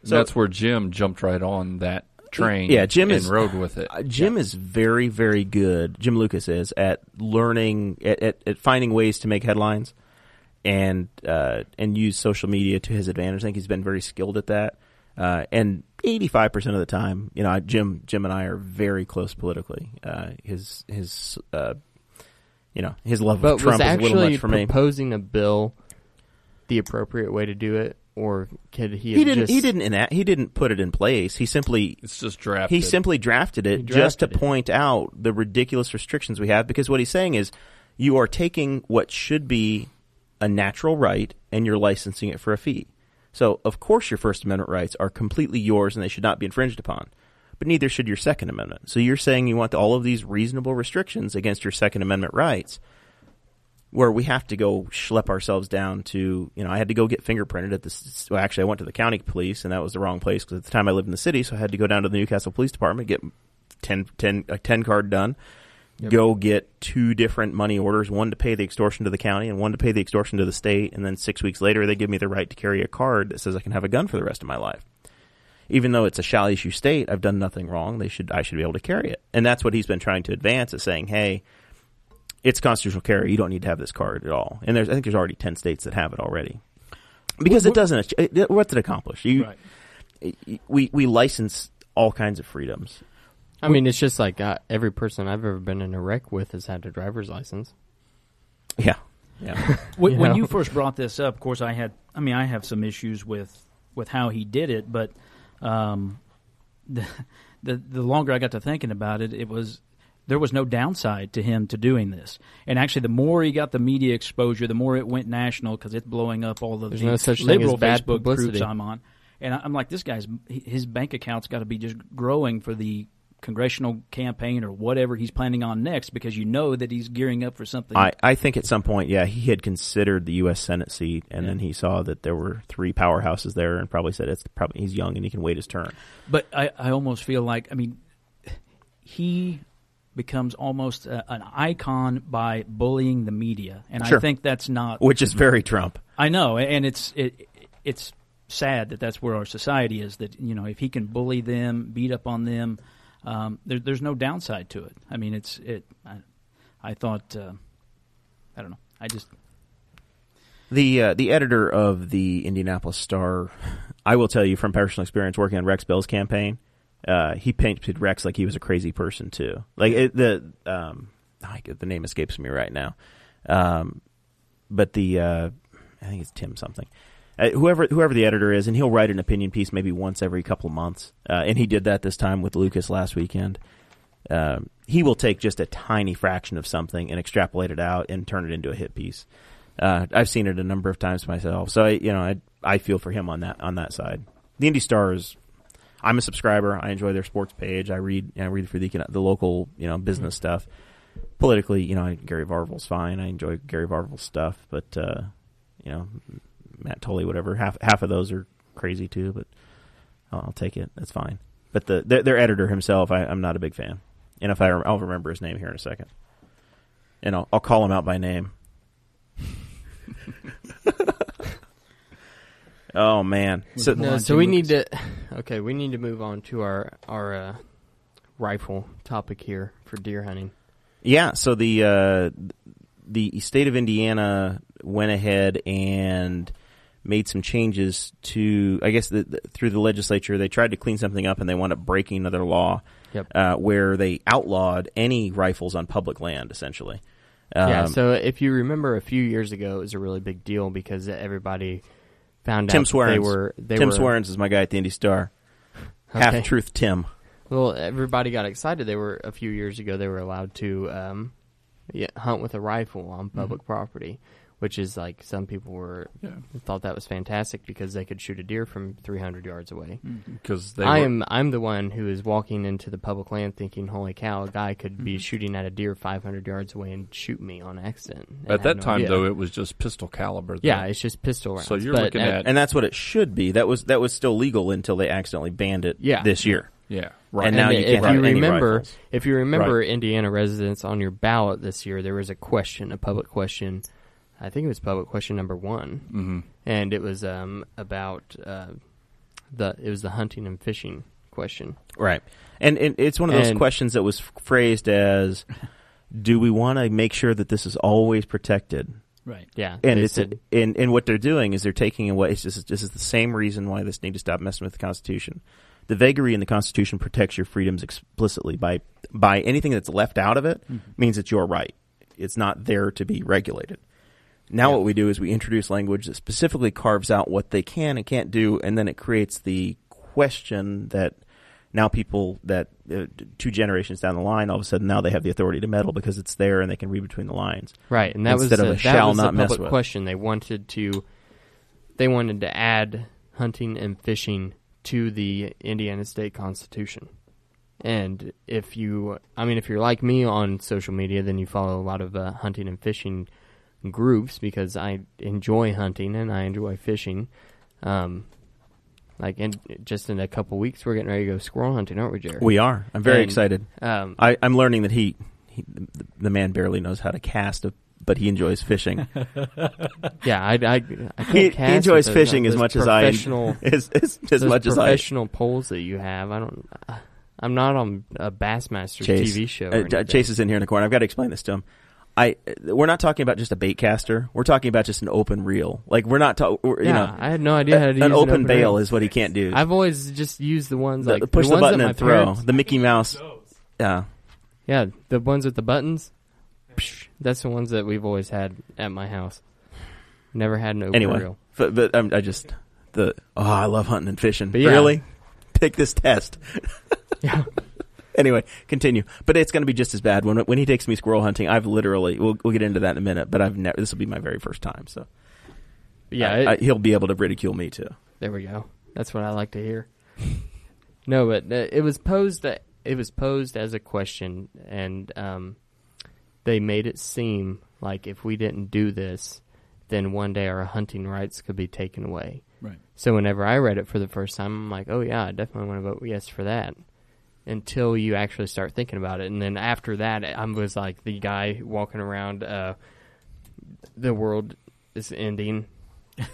So-
that's where Jim jumped right on that train.
Yeah, Jim
and
is-
rode with it.
Uh, Jim is very, very good. Jim Lucas is at learning at, at, at finding ways to make headlines and uh, and use social media to his advantage. I think he's been very skilled at that. Uh, and eighty five percent of the time, you know, I- Jim Jim and I are very close politically. Uh, his his uh, you know his love
But
of Trump is
was
a little
actually
much for me.
proposing a bill the appropriate way to do it, or could he?
He
have
didn't
Just,
he didn't enact, he didn't put it in place. He simply
It's just drafted.
He simply drafted it
He
just to
drafted it.
point out the ridiculous restrictions we have because what he's saying is you are taking what should be a natural right and you're licensing it for a fee. So, of course, your First Amendment rights are completely yours and they should not be infringed upon, but neither should your Second Amendment. So, you're saying you want all of these reasonable restrictions against your Second Amendment rights where we have to go schlep ourselves down to, you know, I had to go get fingerprinted at this. Well, actually, I went to the county police, and that was the wrong place because at the time I lived in the city, so I had to go down to the Newcastle Police Department get 10, 10 a ten card done. Go get two different money orders: one to pay the extortion to the county, and one to pay the extortion to the state. And then six weeks later, they give me the right to carry a card that says I can have a gun for the rest of my life. Even though it's a shall issue state, I've done nothing wrong. They should I should be able to carry it, and that's what he's been trying to advance: is saying, hey it's constitutional carry. You don't need to have this card at all. And there's, I think there's already ten states that have it already. Because it doesn't. It, what's it accomplish? You,
Right.
we we license all kinds of freedoms.
I mean, it's just like uh, every person I've ever been in a wreck with has had a driver's license.
Yeah, yeah.
when,
You
when
know?
you first brought this up, of course, I had. I mean, I have some issues with with how he did it, but um, the, the the longer I got to thinking about it, it was there was no downside to him to doing this. And actually, the more he got the media exposure, the more it went national because it's blowing up all of
There's
the
no such thing as
liberal
bad
Facebook
publicity.
groups I'm on. And I- I'm like, this guy's his bank account's got to be just growing for the congressional campaign or whatever he's planning on next because you know that he's gearing up for something.
I, I think at some point, yeah, he had considered the U.S. Senate seat, and
Yeah.
then he saw that there were three powerhouses there, and probably said it's probably he's young and he can wait his turn.
But I, I almost feel like, I mean, he becomes almost a, an icon by bullying the media, and
Sure.
I think that's not.
which is very Trump.
I know, and it's it, it's sad that that's where our society is. That you know, if he can bully them, beat up on them, um, there, there's no downside to it. I mean, it's it. I, I thought, uh, I don't know. I just
The uh, the editor of the Indianapolis Star, I will tell you from personal experience working on Rex Bell's campaign, uh, he painted Rex like he was a crazy person too. Like it, the um, I get- the name escapes me right now, um, but the uh, I think it's Tim something. Uh, whoever whoever the editor is, and he'll write an opinion piece maybe once every couple of months, uh, and he did that this time with Lucas last weekend. Um, he will take just a tiny fraction of something and extrapolate it out and turn it into a hit piece. Uh, I've seen it a number of times myself, so I, you know I I feel for him on that on that side. The Indy Stars, I'm a subscriber. I enjoy their sports page. I read I read for the econo- the local you know business stuff. Politically, you know I, Gary Varvel's fine. I enjoy Gary Varvel's stuff, but uh, you know Matt Tully, whatever. Half half of those are crazy too, but I'll, I'll take it. That's fine. But the their, their editor himself, I, I'm not a big fan. And if I rem- I'll remember his name here in a second, and I'll, I'll call him out by name. oh man, so
No, so we need to. Okay, we need to move on to our our uh, rifle topic here for deer hunting.
Yeah, so the uh, the state of Indiana went ahead and made some changes to, I guess, the, the, through the legislature. They tried to clean something up, and they wound up breaking another law
Yep.
uh, where they outlawed any rifles on public land, essentially.
yeah.
Um,
So if you remember, a few years ago, it was a really big deal because everybody found
Tim
out that they
Swearens.
were they
Tim
were
Swearens is my guy at the Indy Star. Half truth, Tim.
Well, everybody got excited. They were a few years ago. They were allowed to um, yeah, hunt with a rifle on public property, which is like some people were
Yeah.
thought that was fantastic because they could shoot a deer from 300 yards away.
Because they
I
were-
am I'm the one who is walking into the public land thinking, "Holy cow, a guy could be shooting at a deer 500 yards away and shoot me on accident." and
at
have
that
no
time
idea.
though it was just pistol caliber.
yeah,
though.
it's just pistol rounds.
So you're
But
looking at-
And that's what it should be. That was that was still legal until they accidentally banned it
Yeah.
this year.
yeah, right.
And now you
if
can't
you
have any
remember,
rifles.
if you remember Indiana residents on your ballot this year, there was a question, a public question. I think it was public question number one, mm-hmm. and it was um, about uh, the it was the hunting and fishing question.
Right. And, and it's one of those
And-
questions that was phrased as do we want to make sure that this is always protected?
right.
Yeah,
And
they
it's
said-
and, and what they're doing is they're taking away it's just this is the same reason why this need to stop messing with the Constitution. The vagary in the Constitution protects your freedoms explicitly by by anything that's left out of it
Mm-hmm.
means it's your right. It's not there to be regulated. Now what we do is we introduce language that specifically carves out what they can and can't do, and then it creates the question that now people that uh, d- two generations down the line, all of a sudden now they have the authority to meddle because it's there and they can read between the lines.
Right, and that
Instead
was
of
the,
a
that
shall
was the
not mess
public
with.
question. They wanted to they wanted to add hunting and fishing to the Indiana state constitution. And if you, I mean, if you're like me on social media, then you follow a lot of uh, hunting and fishing groups because I enjoy hunting and I enjoy fishing. Um, like, in, just in a couple weeks, we're getting ready to go squirrel hunting, aren't we, Jared?
We are. I'm very
And,
excited.
Um,
I, I'm learning that he, he the, the man barely knows how to cast, a, but he enjoys fishing.
yeah, I, I, I can't
he,
cast
he enjoys
with those- uh,
fishing as
those
much as I
professional
as, as, as
Those
much as I.
professional polls that you have. I don't. I'm not on a Bassmaster
Chase,
TV show. or
uh,
anything.
Chase is in here in the corner. I've got to explain this to him. I we're not talking about just a bait caster. We're talking about just an open reel. Like we're not talking.
Yeah,
You know,
I had no idea how to
an
use
open, bail
reel.
is what he can't do.
I've always just used the ones
The-
like
push
the,
the,
ones
button
that my
and throw
parents-
the Mickey Mouse. Yeah,
yeah, the ones with the buttons. Psh, that's the ones that we've always had at my house. Never had an open
anyway,
reel.
but, but um, I just the oh, I love hunting and fishing.
But yeah.
Really, take this test.
Yeah.
Anyway, continue. But it's going to be just as bad when when he takes me squirrel hunting. I've literally we'll we'll get into that in a minute. But I've never. This will be my very first time. So
Yeah,
I-
it-
I- he'll be able to ridicule me too.
There we go. That's what I like to hear. no, but uh, it was posed that it was posed as a question, and um, they made it seem like if we didn't do this, then one day our hunting rights could be taken away.
Right.
So whenever I read it for the first time, I'm like, oh yeah, I definitely want to vote yes for that. Until you actually start thinking about it, and then after that, I was like the guy walking around. Uh, the world is ending,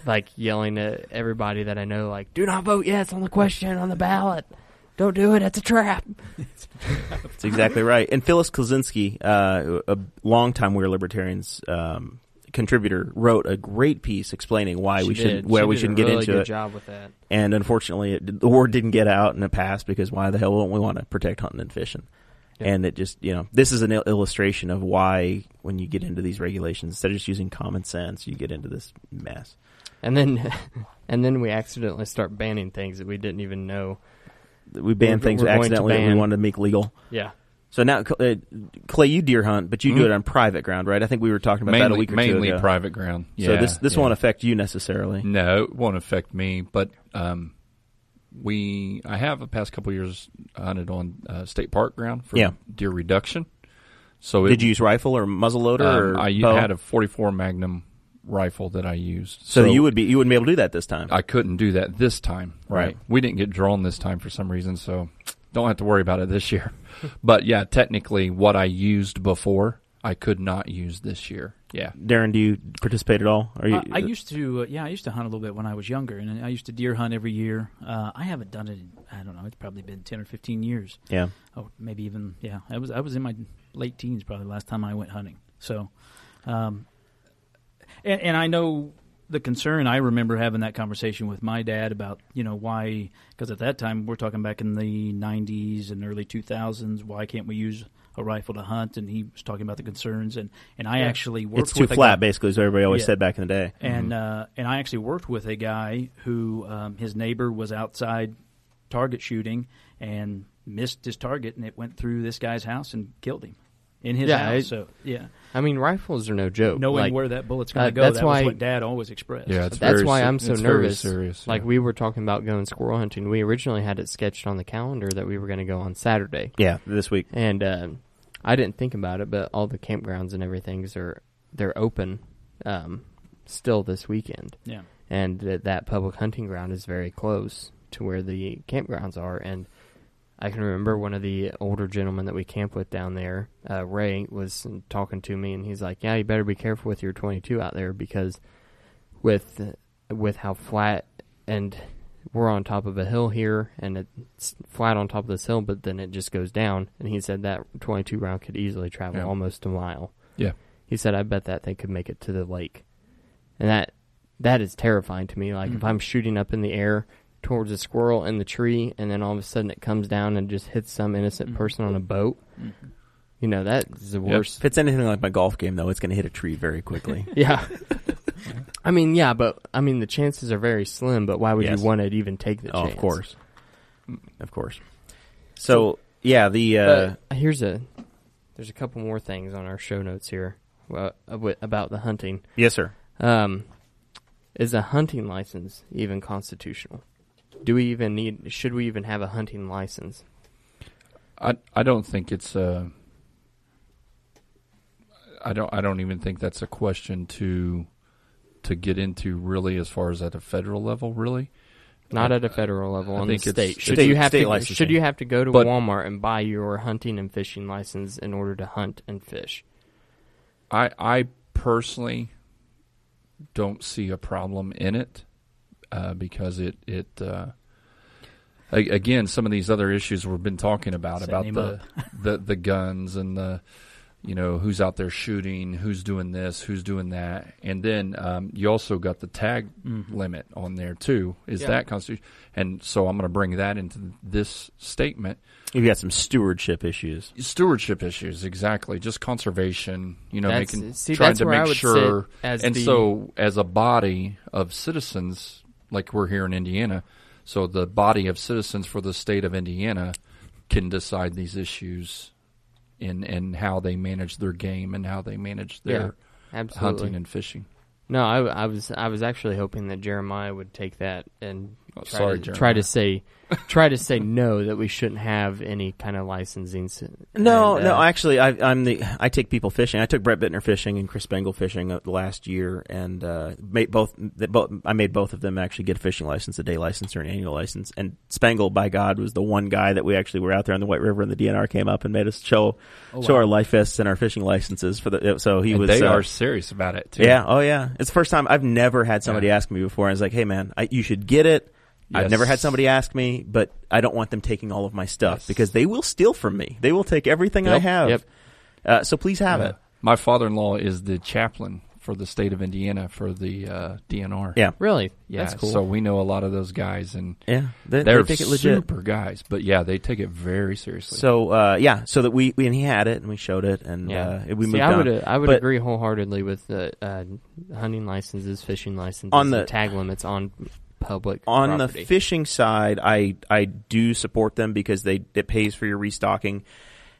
like yelling at everybody that I know, like, "Do not vote yes on the question on the ballot. Don't do it. It's a trap."
That's exactly right. And Phyllis Kozinski, uh, a longtime We're Libertarians um, contributor, wrote a great piece explaining why we shouldn't, why we shouldn't get into it.
Job with that.
And unfortunately, it, the word didn't get out and it passed because why the hell don't we want to protect hunting and fishing?
Yeah.
And it just, you know, this is an il- illustration of why when you get into these regulations, instead of just using common sense, you get into this mess.
And then, and then we accidentally start banning things that we didn't even know.
We ban
We're-
things
we're going to
accidentally that we
ban-
wanted to make legal.
Yeah,
So now, uh, Clay, you deer hunt, but you do
Mhm.
it on private ground, right? I think we were talking about that a
mainly
week or
mainly
two ago.
private ground. Yeah,
so this this
yeah.
won't affect you necessarily.
No, it won't affect me. But um, we, I have the past couple years hunted on uh, state park ground for
Yeah.
deer reduction. So it,
Did you use rifle or muzzleloader?
Um,
or
I u-
bow?
had a 44 Magnum rifle that I used.
so, you would be you wouldn't be able to do that this time.
I couldn't do that this time.
Right.
We didn't get drawn this time for some reason, so don't have to worry about it this year. but yeah, technically, what I used before, I could not use this year. Yeah.
Darren, do you participate at all? Are you?
I, I used to, uh, yeah, I used to hunt a little bit when I was younger, and I used to deer hunt every year. Uh, I haven't done it in, I don't know, it's probably been 10 or 15 years.
yeah.
Oh, maybe even, yeah, I was, I was in my late teens probably the last time I went hunting. So, um, and, and I know the concern. I remember having that conversation with my dad about, you know, why, because at that time we're talking back in the 90s and early 2000s, why can't we use a rifle to hunt? And he was talking about the concerns, and, and I actually worked
It's too
with a
flat,
guy-
basically, is what everybody always
Yeah.
said back in the day.
and
Mm-hmm.
uh, and I actually worked with a guy who um, his neighbor was outside target shooting and missed his target, and it went through this guy's house and killed him in his
Yeah,
house.
I-
so yeah,
I mean rifles are no joke.
knowing
Like,
where that bullet's going to
uh,
go,
that's
that
why-
was what Dad always expressed.
Yeah, it's
that's
very
why
se-
I'm so
it's very
nervous.
serious,
like
yeah.
we were talking about going squirrel hunting. We originally had it sketched on the calendar that we were going to go on Saturday.
Yeah, this week.
and um I didn't think about it, but all the campgrounds and everything's are they're open um, still this weekend,
yeah.
and that that public hunting ground is very close to where the campgrounds are. And I can remember one of the older gentlemen that we camp with down there, uh, Ray, was talking to me, and he's like, "Yeah, you better be careful with your 22 out there because with with how flat and we're on top of a hill here and it's flat on top of this hill but then it just goes down and he said that 22 round could easily travel
Yeah.
almost a mile
Yeah.
he said i bet that thing could make it to the lake and that that is terrifying to me like
Mm.
if i'm shooting up in the air towards a squirrel in the tree and then all of a sudden it comes down and just hits some innocent
Mm.
person on a boat
Mm-hmm.
you know that is the worst
If it's anything like my golf game, though, it's going to hit a tree very quickly.
yeah. I mean, yeah, but I mean, the chances are very slim. But why would
Yes.
you want to even take the
oh,
chance?
of course,
Mm.
of course. So yeah, the uh,
But here's a there's a couple more things on our show notes here uh, ab- about the hunting.
yes, sir.
Um, is a hunting license even constitutional? Do we even need? Should we even have a hunting license?
I I don't think it's a. I don't I don't even think that's a question to to get into really as far as at a federal level really.
Not at a federal level,
I
on the
think it's-
state. Should
State-
you have
state
to?
licensing.
Should you have to go to
But-
Walmart and buy your hunting and fishing license in order to hunt and fish?
I I personally don't see a problem in it uh, because it it uh, a- again some of these other issues we've been talking about
Setting him
about the, the the guns and the you know who's out there shooting, who's doing this, who's doing that, and then um, you also got the tag
Mm-hmm.
limit on there too. Is
Yeah.
that constitution? And so I'm going to bring that into this statement
You've got some stewardship issues.
stewardship issues exactly just conservation you know
That's-
making
see,
trying
that's
to
where I
make
would
sure
sit as
and
the-
so as a body of citizens like we're here in Indiana so the body of citizens for the state of Indiana can decide these issues in and how they manage their game and how they manage their
yeah, absolutely.
hunting and fishing
No, I, I was I was actually hoping that Jeremiah would take that and
Oh,
try
sorry,
to,
Jeremiah.
try to say try to say no that we shouldn't have any kind of licensing. s-
No,
and, uh,
no. Actually, I, I'm the. I take people fishing. I took Brett Bittner fishing and Chris Bengal fishing uh, last year, and uh, made both. That both I made both of them actually get a fishing license, a day license or an annual license. And Spangle, by God, was the one guy that we actually were out there on the White River, and the DNR came up and made us show show our life vests and our fishing licenses for the. So he
Oh, And
was.
they
uh,
are serious about it too.
Yeah. Oh, yeah. It's the first time I've never had somebody
Yeah.
ask me before. I was like, "Hey, man, I, you should get it." I've never
Yes.
had somebody ask me, but I don't want them taking all of my stuff
Yes.
because they will steal from me. They will take everything I
Yep,
have.
yep.
Uh, so please have it.
My father-in-law is the chaplain for the state of Indiana for the uh, DNR.
Yeah.
Really?
yeah.
That's cool.
So we know a lot of those guys, and
Yeah. They,
they're
they take it legit.
super guys. But yeah, they take it very seriously.
So uh, yeah, so that we, we and he had it and we showed it and uh, we
See,
moved
I
on.
would uh, I would
But-
agree wholeheartedly with the uh, hunting licenses, fishing licenses,
On the-
tag limits on public
on
property.
the fishing side, I I do support them because they it pays for your restocking.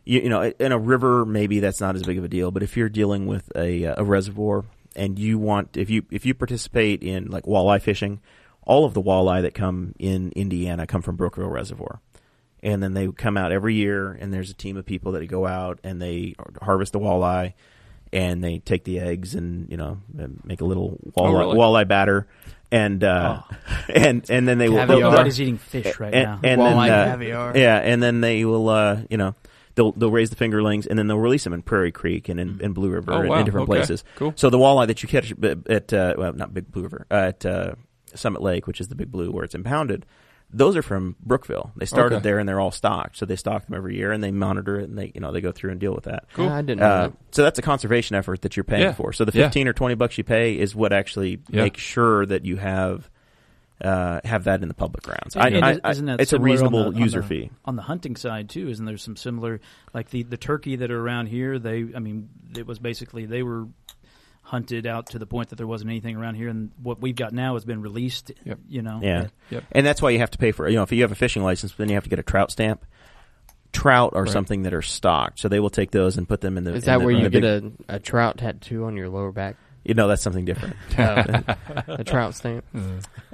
You, you know, in a river maybe that's not as big of a deal, but if you're dealing with a uh, a reservoir and you want if you if you participate in like walleye fishing, all of the walleye that come in Indiana come from Brookville Reservoir. And then they come out every year, and there's a team of people that go out and they harvest the walleye, and they take the eggs and you know make a little walleye,
really?
walleye batter, and uh, and and then they will
Caviar.
they'll-
Everybody's eating fish right
and,
now.
and then,
Walleye
uh,
caviar.
yeah, and then they will uh, you know they'll they'll raise the fingerlings and then they'll release them in Prairie Creek and in, in Blue River
Oh,
and
wow.
in different
Okay.
places.
Cool.
So the walleye that you catch b- at uh, well not Big Blue River uh, at uh, Summit Lake, which is the Big Blue where it's impounded. Those are from Brookville. They started
Okay.
there, and they're all stocked. So they stock them every year, and they monitor it, and they you know they go through and deal with that.
Cool. Yeah, I didn't know
Uh,
that.
so that's a conservation effort that you're paying
Yeah.
for. So the
Yeah.
fifteen or twenty bucks you pay is what actually
Yeah.
makes sure that you have uh, have that in the public grounds. I,
And
I-
is-
I-
isn't that
it's a
similar on the-
reasonable
on the-
user fee.
on the hunting side too? Isn't there some similar like the the turkey that are around here? They, I mean, it was basically they were hunted out to the point that there wasn't anything around here, and what we've got now has been released.
Yep.
You know,
Yeah.
Yep.
And that's why you have to pay for you know if you have a fishing license, then you have to get a trout stamp. Trout are
Right.
something that are stocked, so they will take those and put them in the.
Is
in
that
the-
where
in
you
the big-
get a, a trout tattoo on your lower back?
You know, that's something different.
Uh, a trout stamp.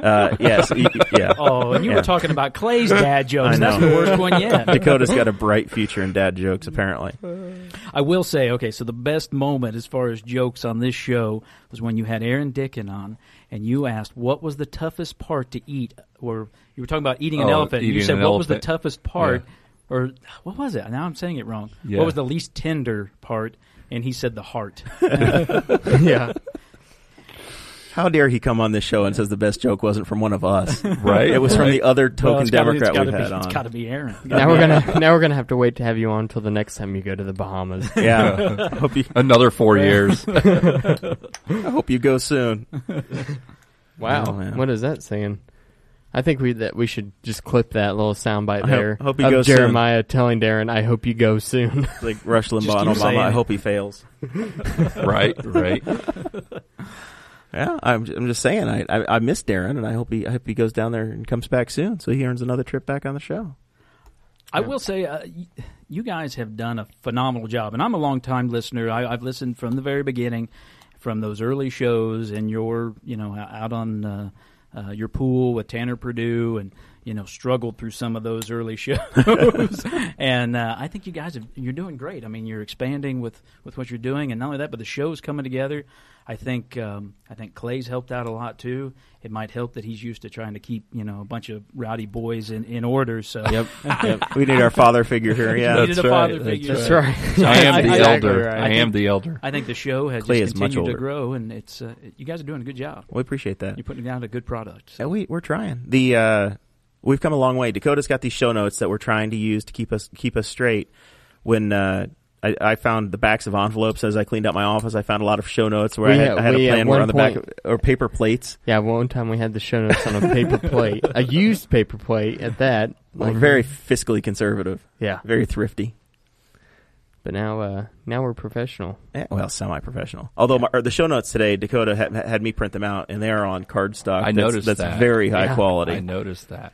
Uh, yes, y- y- yeah.
Oh, and you
Yeah.
were talking about Clay's dad jokes.
I
That's
know.
the worst one yet.
Dakota's got a bright future in dad jokes, apparently.
I will say, okay, so the best moment as far as jokes on this show was when you had Aaron Dickin on, and you asked what was the toughest part to eat, or you were talking about eating an
Oh,
elephant. and you
eating
said
an
what was the
elephant.
toughest part, or what was it? Now I'm saying it wrong.
Yeah.
What was the least tender part? And he said the heart.
yeah.
How dare he come on this show and says the best joke wasn't from one of us?
Right.
It was from the other token
Well, it's gotta-
Democrat
it's
we
gotta
had
be,
on.
It's got to be Aaron.
Now we're gonna now we're gonna have to wait to have you on until the next time you go to the Bahamas.
Yeah. I hope you
Another four years.
I hope you go soon.
Wow,
Oh, man.
what is that saying? I think we that we should just clip that little soundbite
I hope-
there
hope he
of
goes soon.
Jeremiah telling Darren, "I hope you go soon."
It's like Rush
Just
Limbaugh and
keep
Obama.
saying
I
it.
hope he fails.
right. Right.
Yeah, I'm, I'm just saying. I, I I miss Darren, and I hope he I hope he goes down there and comes back soon, so he earns another trip back on the show.
I will say, uh, y- you guys have done a phenomenal job, and I'm a long-time listener. I, I've listened from the very beginning, from those early shows, and your, you know, o- out on uh, uh, your pool with Tanner Purdue, and you know, struggled through some of those early shows. and uh, I think you guys, have, you're doing great. I mean, you're expanding with with what you're doing, and not only that, but the show's coming together. I think um, I think Clay's helped out a lot too. It might help that he's used to trying to keep you know a bunch of rowdy boys in, in order. So
yep,
we need our father figure here. Yeah,
needed
that's
a
right.
father figure.
that's right.
I am
I-
the
I-
elder.
right.
I,
I
am
think-
the elder.
I think the show has
Clay
just
is much
continued to
older.
grow, and it's uh, you guys are doing a good job.
We appreciate that.
You're putting out a good product.
Yeah, we we're trying. The uh, we've come a long way. Dakota's got these show notes that we're trying to use to keep us keep us straight. When uh, I, I found the backs of envelopes as I cleaned out my office, I found a lot of show notes where I
We
had,
had-
I had
we
a
at
plan where
one
on the back
point-
or paper plates.
Yeah, one time we had the show notes on a paper plate, a used paper plate at that.
we're very fiscally conservative,
yeah,
very thrifty.
but now uh, now we're professional.
Eh, Well, semi-professional. Although my, or the show notes today, Dakota had, had me print them out, and they are on cardstock.
I
that's,
noticed
that's
that.
very high
Yeah.
quality.
I noticed that.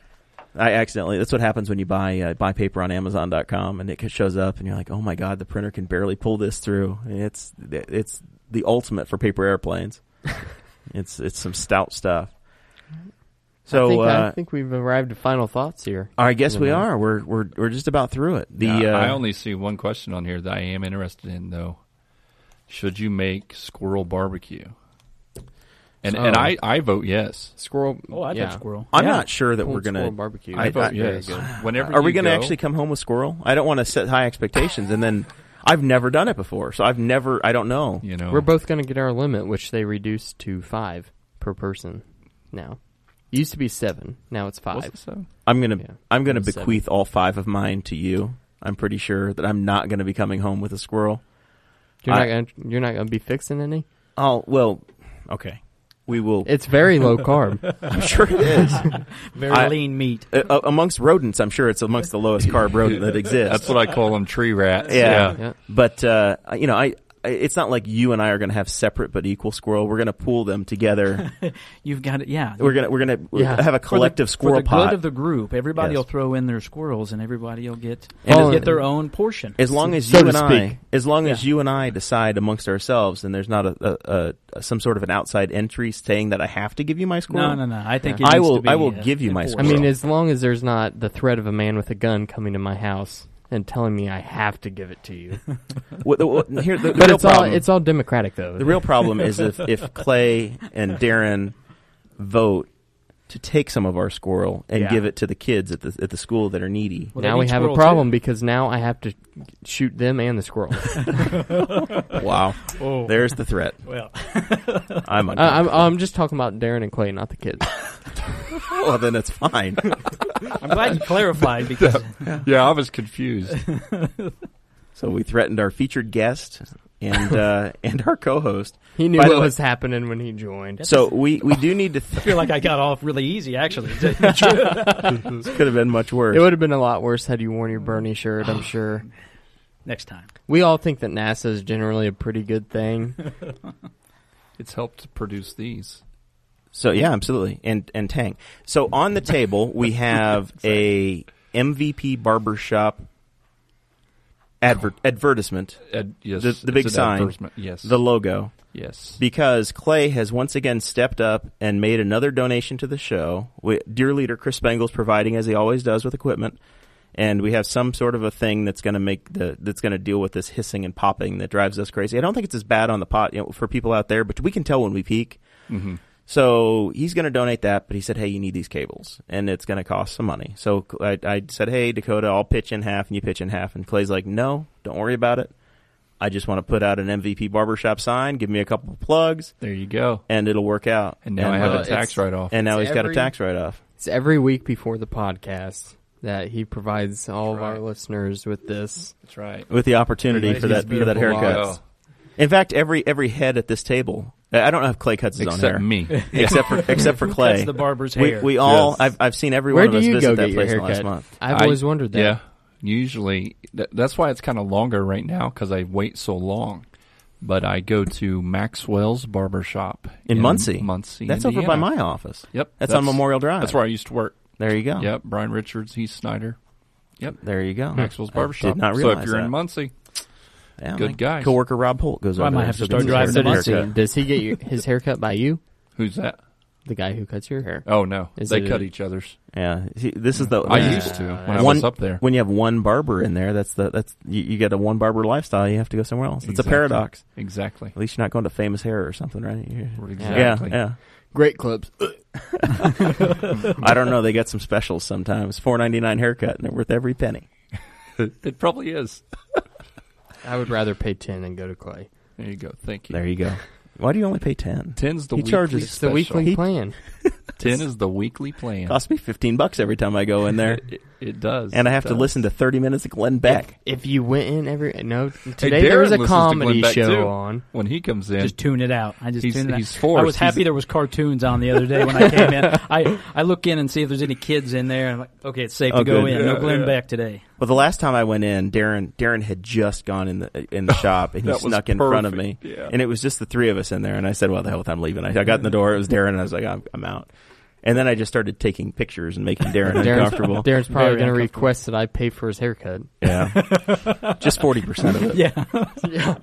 I accidentally. That's what happens when you buy uh, buy paper on Amazon.com, and it shows up, and you're like, "Oh my god, the printer can barely pull this through." And It's it's the ultimate for paper airplanes. it's it's some stout stuff. So
I think,
uh,
I think we've arrived at final thoughts here.
I guess
Yeah.
we are. We're we're we're just about through it. The
Now,
uh,
I only see one question on here that I am interested in, though. Should you make squirrel barbecue? And and
Oh.
I, I vote yes.
Squirrel.
Oh, I
yeah.
love squirrel.
I'm
Yeah.
not sure that
Pulled
we're
squirrel
gonna.
barbecue.
I
I-
vote
I-
yes. Whenever
Are we
going
gonna
to
actually come home with squirrel? I don't want to set high expectations, and then I've never done it before, so I've never. I don't know.
You know,
We're both going to get our limit, which they reduced to five per person now. It used to be seven. Now it's
Was
five.
it so?
I'm gonna
Yeah.
I'm gonna
Seven.
bequeath all five of mine to you. I'm pretty sure that I'm not gonna be coming home with a squirrel.
You're
I-
not gonna, you're not going to be fixing any.
Oh well, okay. We will.
It's very low carb.
I'm sure it is.
Very
I-
lean meat.
uh, uh, amongst rodents, I'm sure it's amongst the lowest carb rodent that exists.
That's what I call them, tree rats.
Yeah.
Yeah.
But uh, you know, I I- it's not like you and I are going to have separate but equal squirrel. We're going to pool them together.
You've got it. Yeah.
we're gonna we're gonna
Yeah.
have a
For the-
collective squirrel
for the
pot.
good of the group. Everybody
Yes.
will throw in their squirrels, and everybody will get
And
will
as-
get their own portion.
as long as
so
you
to
and I,
speak.
as long as you and I decide amongst ourselves, and there's not a, a, a some sort of an outside entry saying that I have to give you my squirrel.
no, no, no. I think
Yeah.
it
I
needs
will-
to be,
I will
uh,
give you my
enforced.
I mean, as long as there's not the threat of a man with a gun coming to my house and telling me I have to give it to you.
What- the- what- here, the, the
But
real
it's all
problem,
it's all democratic though.
the real problem is if if Clay and Darren vote to take some of our squirrel and
Yeah.
give it to the kids at the at the school that are needy.
Well, they
now we
need
have a
squirrels,
problem
too.
because now I have to shoot them and the squirrel.
Wow,
Oh.
there's the threat.
Well,
I'm
I, Uh, I'm I'm just talking about Darren and Clay, not the kids.
well, then it's fine.
I'm glad you clarified because
Yeah, I was confused.
So we threatened our featured guest and uh, and our co-host.
He knew
By the
what
way-
was happening when he joined.
So we, we do need to.
I
Th-
feel like I got off really easy. Actually,
could have been much worse.
It would have been a lot worse had you worn your Bernie shirt, I'm sure.
next time.
We all think that NASA is generally a pretty good thing.
it's helped produce these.
so yeah, absolutely. And and Tang. So on the table we have a MVP barbershop adver- advertisement,
Ad, yes,
The- the
it's
big
an
sign.
advertisement. Yes,
the logo,
yes.
because Clay has once again stepped up and made another donation to the show. We, dear leader Chris Spangle's providing as he always does with equipment. And we have some sort of a thing that's going to make the that's going to deal with this hissing and popping that drives us crazy. I don't think it's as bad on the pot you know, for people out there, but we can tell when we peak.
hmm
So he's going to donate that, but he said, "Hey, you need these cables, and it's going to cost some money." So I, I said, "Hey, Dakota, I'll pitch in half, and you pitch in half." And Clay's like, "No, don't worry about it. I just want to put out an MVP barbershop sign. Give me a couple of plugs,
There you go.
and it'll work out."
And now I
well,
have a
it's-
tax write-off.
uh, and now
It's
he's got a
every-
tax write-off.
It's every week before the podcast that he provides all of our
Right.
listenes with this.
That's right.
with the opportunity
Nice,
for that for that
beautiful
haircut.
locks.
In fact, every every head at this table, I I don't know if Clay cuts his own
Except
hair,
me.
except for except for Clay.
That's the barber's
we,
hair.
we all
Yes.
I've, I've seen every
Where
one
do
of us
you
visit
go
that
get your
place in the last
haircut?
month.
I've
I-
always wondered that.
Yeah. Usually, th- that's why it's kind of longer right now because I wait so long. But I go to Maxwell's Barbershop
In Muncie?
Muncie.
That's over by
Indiana.
my office.
Yep.
That's, on Memorial Drive. Oh.
That's where I used to work.
There you go.
Yep. Brian Richards, Heath Snyder,
There you go.
Maxwell's
I
Barbershop.
Did not
so
realize
if you're
that.
in Muncie,
Yeah,
good
my
guys.
Coworker Rob Holt goes.
Well, I
over
might
there
have
so
to
he
start
gets
driving
his
to
haircut.
Muncie.
Does, does he get your, his haircut by you?
who's that?
The guy who cuts your hair?
Oh no,
Is
they
it-
cut each other's.
Yeah, See, this is the
I used to when I
One-
was up there.
when you have one barber in there. That's the that's you, you get a one barber lifestyle. You have to go somewhere else. It's a
Exactly.
paradox.
Exactly.
At least you're not going to famous hair or something, right? You're-
Exactly.
Yeah, yeah.
Great clips.
I don't know. They got some specials sometimes. Four ninety nine haircut, and they're worth every penny.
It probably is.
I would rather pay 10 and go to Clay.
There you go. Thank you.
There you go. Why do you only pay ten?
Ten's the
He
weekly
charges-
It's the
special.
weekly plan.
Ten is the weekly plan.
Costs me fifteen bucks every time I go in there,
It, it- it does. Uh,
and I
It
have to
does.
listen to thirty minutes of Glenn Beck.
If you went in every no
Hey,
today there was
Darren listens
a
to Glenn
comedy
Beck,
show
too.
on.
when he comes in.
just tune it out. I just
He's-
tune it out.
he's forced.
I was happy
He's-
there was cartoons on the other day when I came in. I, I look in and see if there's any kids in there. I'm like, okay, it's safe
Oh,
to go
good.
in.
Yeah,
no Glenn
yeah.
Beck today.
Well, the last time I went in, Darren Darren had just gone in the in the shop, and he
That was
snuck in front of me,
perfect. Yeah.
and it was just the three of us in there. And I said, "Well, the hell with I'm leaving." I, I got in the door. It was Darren, and I was like, "I'm, I'm out." And then I just started taking pictures and making Darren
Darren's,
uncomfortable.
Darren's probably
Very
going to
uncomfortable.
request that I pay for his haircut.
yeah, just forty percent of it.
Yeah.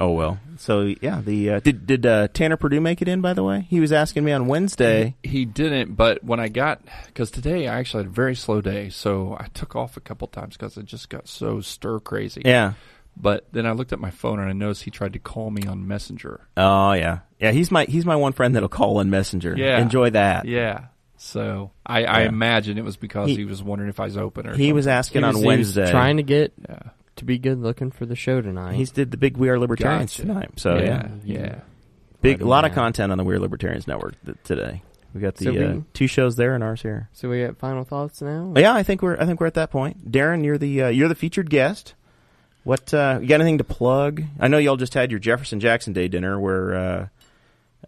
Oh well. So yeah, the uh, did did uh, Tanner Purdue make it in? By the way, he was asking me on Wednesday.
He didn't, but when I got, because today I actually had a very slow day, so I took off a couple times because I just got so stir crazy.
Yeah.
But then I looked at my phone and I noticed he tried to call me on Messenger.
Oh yeah. Yeah. He's my he's my one friend that'll call in Messenger.
Yeah.
Enjoy that.
Yeah. So I, I
Yeah.
imagine it was because
He-
he, was wondering if I was open or
He was
something.
asking
He was-
on
he was
Wednesday.
trying to get
Yeah.
to be good looking for the show tonight.
He's did the big We Are Libertarians
Gotcha.
tonight. So yeah,
yeah. Yeah.
big a
Right
lot of
on.
content on the We Are Libertarians network th- today. We got the
So we-
uh, two shows there and ours here.
so we got final thoughts now.
Hmm.
Yeah, I think we're I think we're at that point. Darren, you're the uh, you're the featured guest. What uh, you got? Anything to plug? I know y'all just had your Jefferson Jackson Day dinner where uh,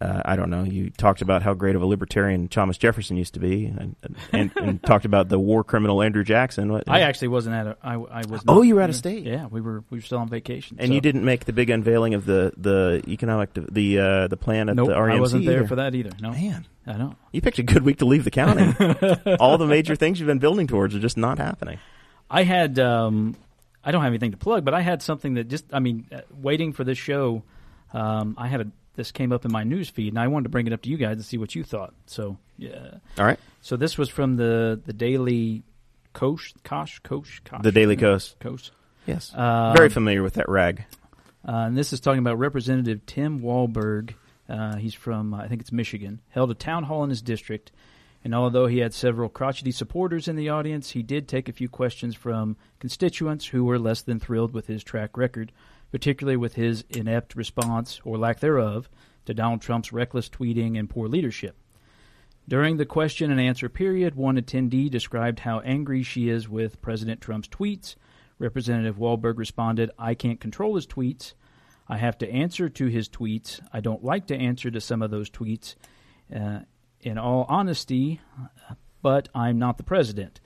uh, I don't know. You talked about how great of a libertarian Thomas Jefferson used to be, and and, and talked about the war criminal Andrew Jackson. What,
I actually wasn't at a. I, I was.
Oh,
not-
you were out of state.
Yeah, we were. We were still on vacation.
and
so-
you didn't make the big unveiling of the the economic de- the uh, the plan at
Nope,
the RMC.
I wasn't there
either.
for that either. No,
Man,
I know.
you picked a good week to leave the county. All the major things you've been building towards are just not happening.
I had um, I don't have anything to plug, but I had something that just I mean, uh, waiting for this show, um, I had a this came up in my news feed, and I wanted to bring it up to you guys to see what you thought. So yeah,
All right,
so this was from the the Daily Kosh Kosh Kosh Kosh
the Daily Coast.
Kosh.
Yes.
Um,
Very familiar with that rag.
Uh, and this is talking about Representative Tim Walberg. Uh, he's from, uh, I think it's Michigan, held a town hall in his district. And although he had several crotchety supporters in the audience, he did take a few questions from constituents who were less than thrilled with his track record, particularly with his inept response, or lack thereof, to Donald Trump's reckless tweeting and poor leadership. During the question and answer period, one attendee described how angry she is with President Trump's tweets. Representative Wahlberg responded, I can't control his tweets. I have to answer to his tweets. I don't like to answer to some of those tweets, uh, in all honesty, but I'm not the president.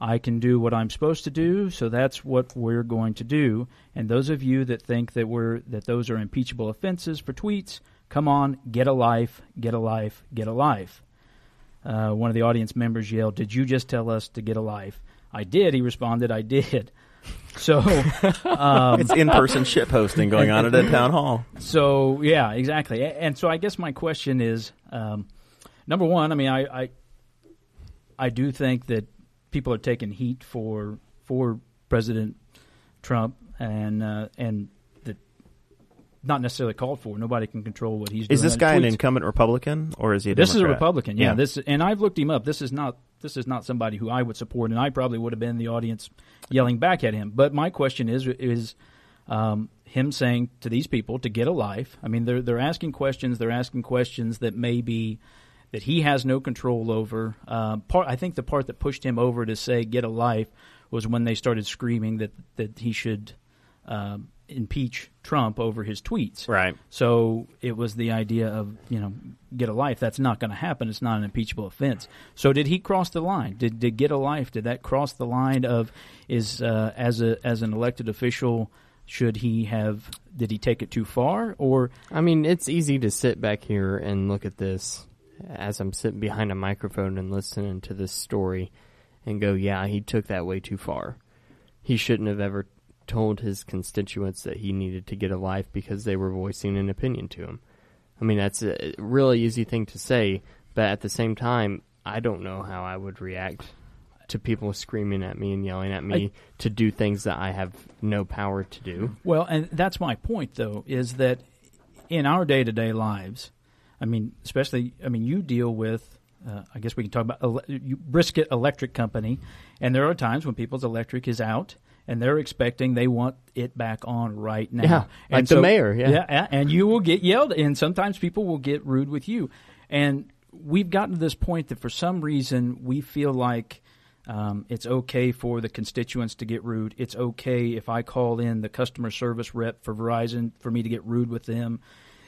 I can do what I'm supposed to do, so that's what we're going to do. And those of you that think that we're that those are impeachable offenses for tweets, come on, get a life, get a life, get a life. Uh, one of the audience members yelled, "Did you just tell us to get a life?" I did. He responded, "I did." So, um,
It's in-person ship hosting going on at a town hall.
so yeah, exactly. A- And so I guess my question is, um, number one, I mean, I, I I do think that people are taking heat for for President Trump and uh, and that not necessarily called for. Nobody can control what he's doing.
Is this
on
guy an
Uh, tweets.
incumbent Republican or is he a
This is a
Democrat?
Republican, yeah. This and I've looked him up. This is not this is not somebody who I would support, and I probably would have been in the audience yelling back at him. But my question is is um, him saying to these people to get a life. I mean, they're they're asking questions. They're asking questions that may be that he has no control over. Um, part I think the part that pushed him over to say get a life was when they started screaming that that he should um, impeach Trump over his tweets.
Right.
So it was the idea of you know get a life. That's not going to happen. It's not an impeachable offense. So did he cross the line? Did did get a life? Did that cross the line of is uh, as a as an elected official? Should he have? Did he take it too far? Or
I mean, it's easy to sit back here and look at this as I'm sitting behind a microphone and listening to this story and go, yeah, he took that way too far. He shouldn't have ever told his constituents that he needed to get a life because they were voicing an opinion to him. I mean, that's a really easy thing to say, but at the same time, I don't know how I would react to people screaming at me and yelling at me to do things that I have no power to do.
well, and that's my point though is that in our day to day lives, I mean, especially I mean you deal with. Uh, I guess we can talk about ele- you, Brisket Electric Company, and there are times when people's electric is out, and they're expecting they want it back on right now.
Yeah,
and
like the mayor, yeah.
yeah, and you will get yelled, at, and sometimes people will get rude with you. And we've gotten to this point that for some reason we feel like um, it's okay for the constituents to get rude. It's okay if I call in the customer service rep for Verizon for me to get rude with them.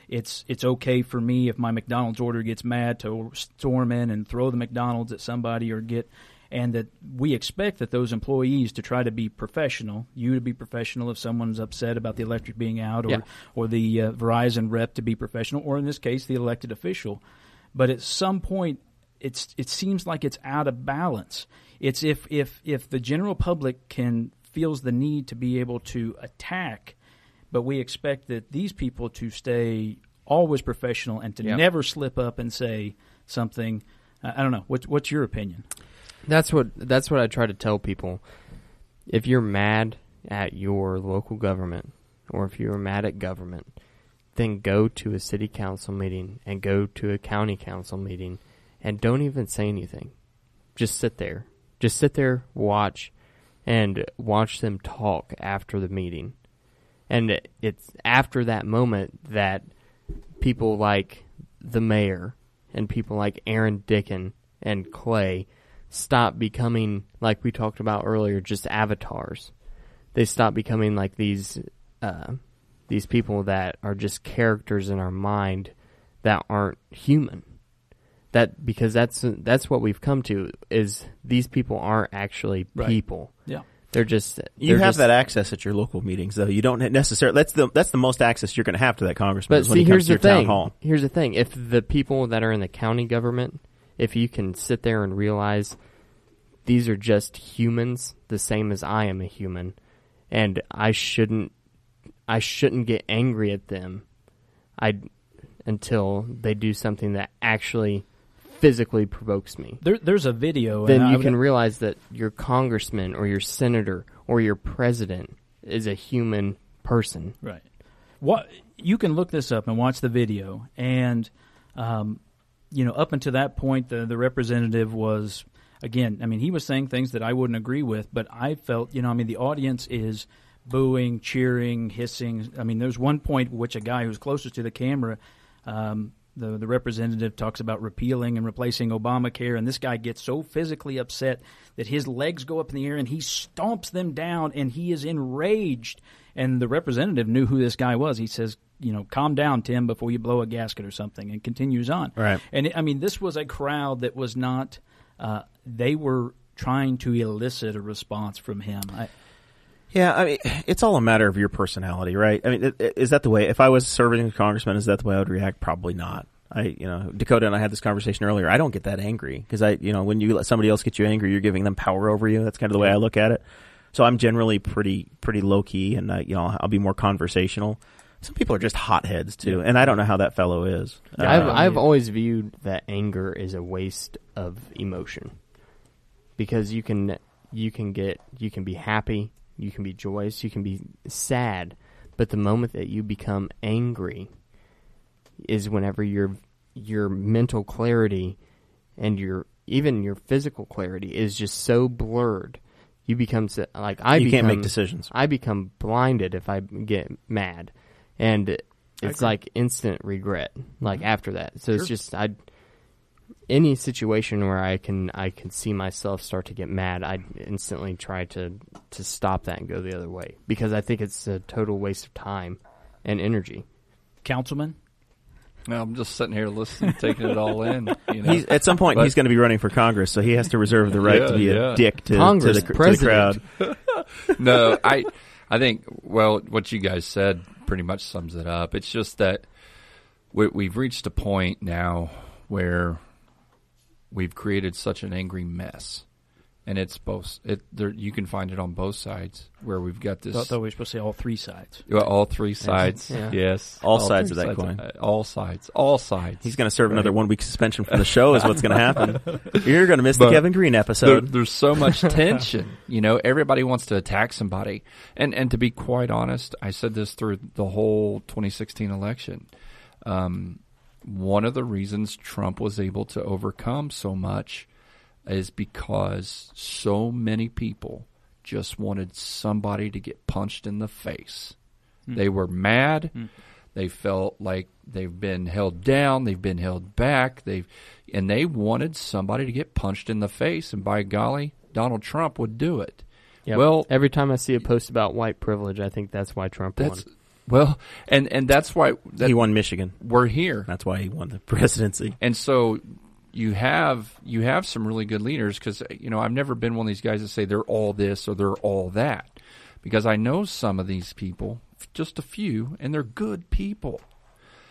It's it's okay for me if my McDonald's order gets mad to storm in and throw the McDonald's at somebody or get and that we expect that those employees to try to be professional. You to be professional if someone's upset about the electric being out, or
Yeah.
or the uh, Verizon rep to be professional, or in this case, the elected official. But at some point, it's it seems like it's out of balance. It's if if if the general public can feels the need to be able to attack but we expect that these people to stay always professional and to
Yep.
never slip up and say something. I I don't know. What's what's your opinion?
That's what that's what I try to tell people. If you're mad at your local government or if you're mad at government, then go to a city council meeting and go to a county council meeting and don't even say anything. Just sit there. Just sit there, watch and watch them talk after the meeting. And it- it's after that moment that people like the mayor and people like Aaron Dickin and Clay stop becoming like we talked about earlier, just avatars. They stop becoming like these uh, these people that are just characters in our mind that aren't human. That because that's that's what we've come to is these people aren't actually
Right.
people.
Yeah.
They're just
You
they're
have
just-
that access at your local meetings, though. You don't necessarily. That's the that's the most access you're going to have to that congressman.
But
is
see,
when he comes
here's
to
the
your
thing.
town hall.
Here's the thing. If the people that are in the county government, if you can sit there and realize these are just humans, the same as I am a human, and I shouldn't, I shouldn't get angry at them, I until they do something that actually physically provokes me.
There, there's a video. and
Then
I
you
would-
can realize that your congressman or your senator or your president is a human person.
Right. What you can look this up and watch the video, and um, you know, up until that point, the the representative was again. I mean, he was saying things that I wouldn't agree with, but I felt, you know, I mean, the audience is booing, cheering, hissing. I mean, there's one point which a guy who's closest to the camera. Um, the, the representative talks about repealing and replacing Obamacare, and this guy gets so physically upset that his legs go up in the air and he stomps them down, and he is enraged. And the representative knew who this guy was. He says, "You know, calm down, Tim, before you blow a gasket or something," and continues on.
Right.
And I mean, this was a crowd that was not. Uh, they were trying to elicit a response from him. I,
Yeah, I mean, it's all a matter of your personality, right? I mean, i- i- is that the way? If I was serving as a congressman, is that the way I would react? Probably not. I, you know, Dakota and I had this conversation earlier. I don't get that angry because I, you know, when you let somebody else get you angry, you're giving them power over you. That's kind of the way I look at it. So I'm generally pretty, pretty low key, and uh, you know, I'll be more conversational. Some people are just hotheads too, and I don't know how that fellow is.
I've,
Uh,
I've always viewed that anger is a waste of emotion because you can you can get you can be happy, you can be joyous, you can be sad, but the moment that you become angry is whenever your your mental clarity and your even your physical clarity is just so blurred. You become so- like I
You
become,
can't make decisions.
I become blinded if I get mad, and it's like instant regret. Like after that, so it's just I. Any situation where I can I can see myself start to get mad, I instantly try to to stop that and go the other way because I think it's a total waste of time and energy.
councilman,
No, I'm just sitting here listening, taking it all in. You know?
He's, at some point,
But-
he's going to be running for Congress, so he has to reserve the right
Yeah,
to be a
yeah.
dick to, to
Congress
the, cr- to the
president.
crowd.
no, I I think well, what you guys said pretty much sums it up. It's just that we, we've reached a point now where we've created such an angry mess, and it's both. It there, you can find it on both sides where we've got this.
thought, thought we were supposed to say all three sides.
well, all three sides,
Yeah.
yes,
All sides
three
of that coin.
uh, all sides, all sides.
He's going to serve another one week suspension from the show. Is what's going to happen. You're going to miss the
But-
Kevin Green
There,
episode.
there's so much tension. You know, everybody wants to attack somebody. And and to be quite honest, I said this through the whole 2016 election. Um, one of the reasons Trump was able to overcome so much is because so many people just wanted somebody to get punched in the face. They were mad. They felt like they've been held down, they've been held back, they've and they wanted somebody to get punched in the face and by golly, Donald Trump would do it.
Yep.
Well,
every time I see a post about white privilege, I think that's why Trump
that's
won.
well, and and that's why that
he won Michigan.
we're here.
That's why he won the presidency.
And so you have you have some really good leaders because you know I've never been one of these guys that say they're all this or they're all that because I know some of these people, just a few, and they're good people.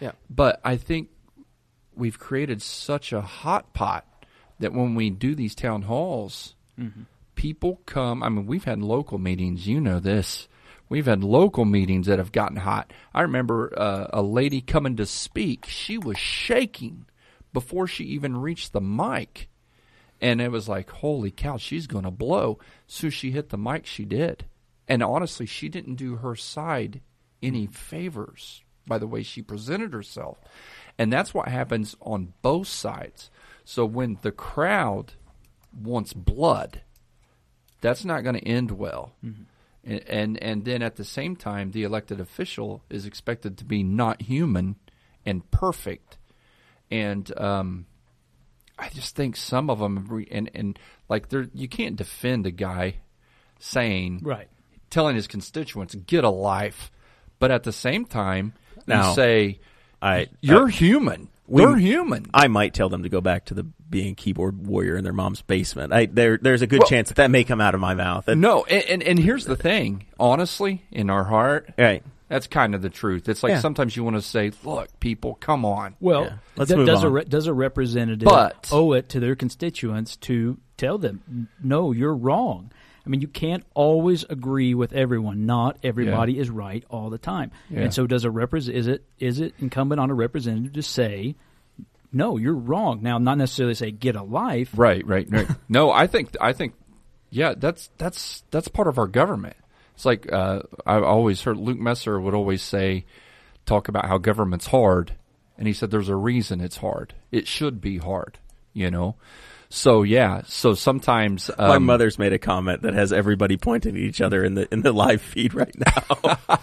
Yeah.
But I think we've created such a hot pot that when we do these town halls, people come. I mean, we've had local meetings. You know this. We've had local meetings that have gotten hot. I remember uh, a lady coming to speak. She was shaking before she even reached the mic. And it was like, holy cow, she's going to blow. So she hit the mic, she did. And honestly, she didn't do her side any favors by the way she presented herself. And that's what happens on both sides. So when the crowd wants blood, that's not going to end well. And, and and then at the same time, the elected official is expected to be not human and perfect. And um, I just think some of them re- and and like there you can't defend a guy saying
Right.
telling his constituents get a life, but at the same time
Now,
you say
I-
you're
I-
human.
we-
We're human.
I might tell them to go back to the being keyboard warrior in their mom's basement. I, there, there's a good
Well-
chance that that may come out of my mouth. That-
no, and, and and here's the thing. Honestly, in our heart,
Right.
That's kind of the truth. It's like
Yeah.
sometimes you want to say, "Look, people, come on."
Well,
Yeah. Let's
d-
move
does a
on.
re- does a representative
But-
owe it to their constituents to tell them, no, you're wrong? I mean, you can't always agree with everyone. Not everybody is right all the time.
Yeah.
And so, does a repres is it is it incumbent on a representative to say, no, you're wrong? Now, not necessarily say get a life,
Right, right, right. no, I think I think yeah, that's that's that's part of our government. It's like uh, I've always heard Luke Messer would always say talk about how government's hard, and he said there's a reason it's hard. It should be hard, you know. So yeah, so sometimes um,
My mother's made a comment that has everybody pointing at each other in the in the live feed right now.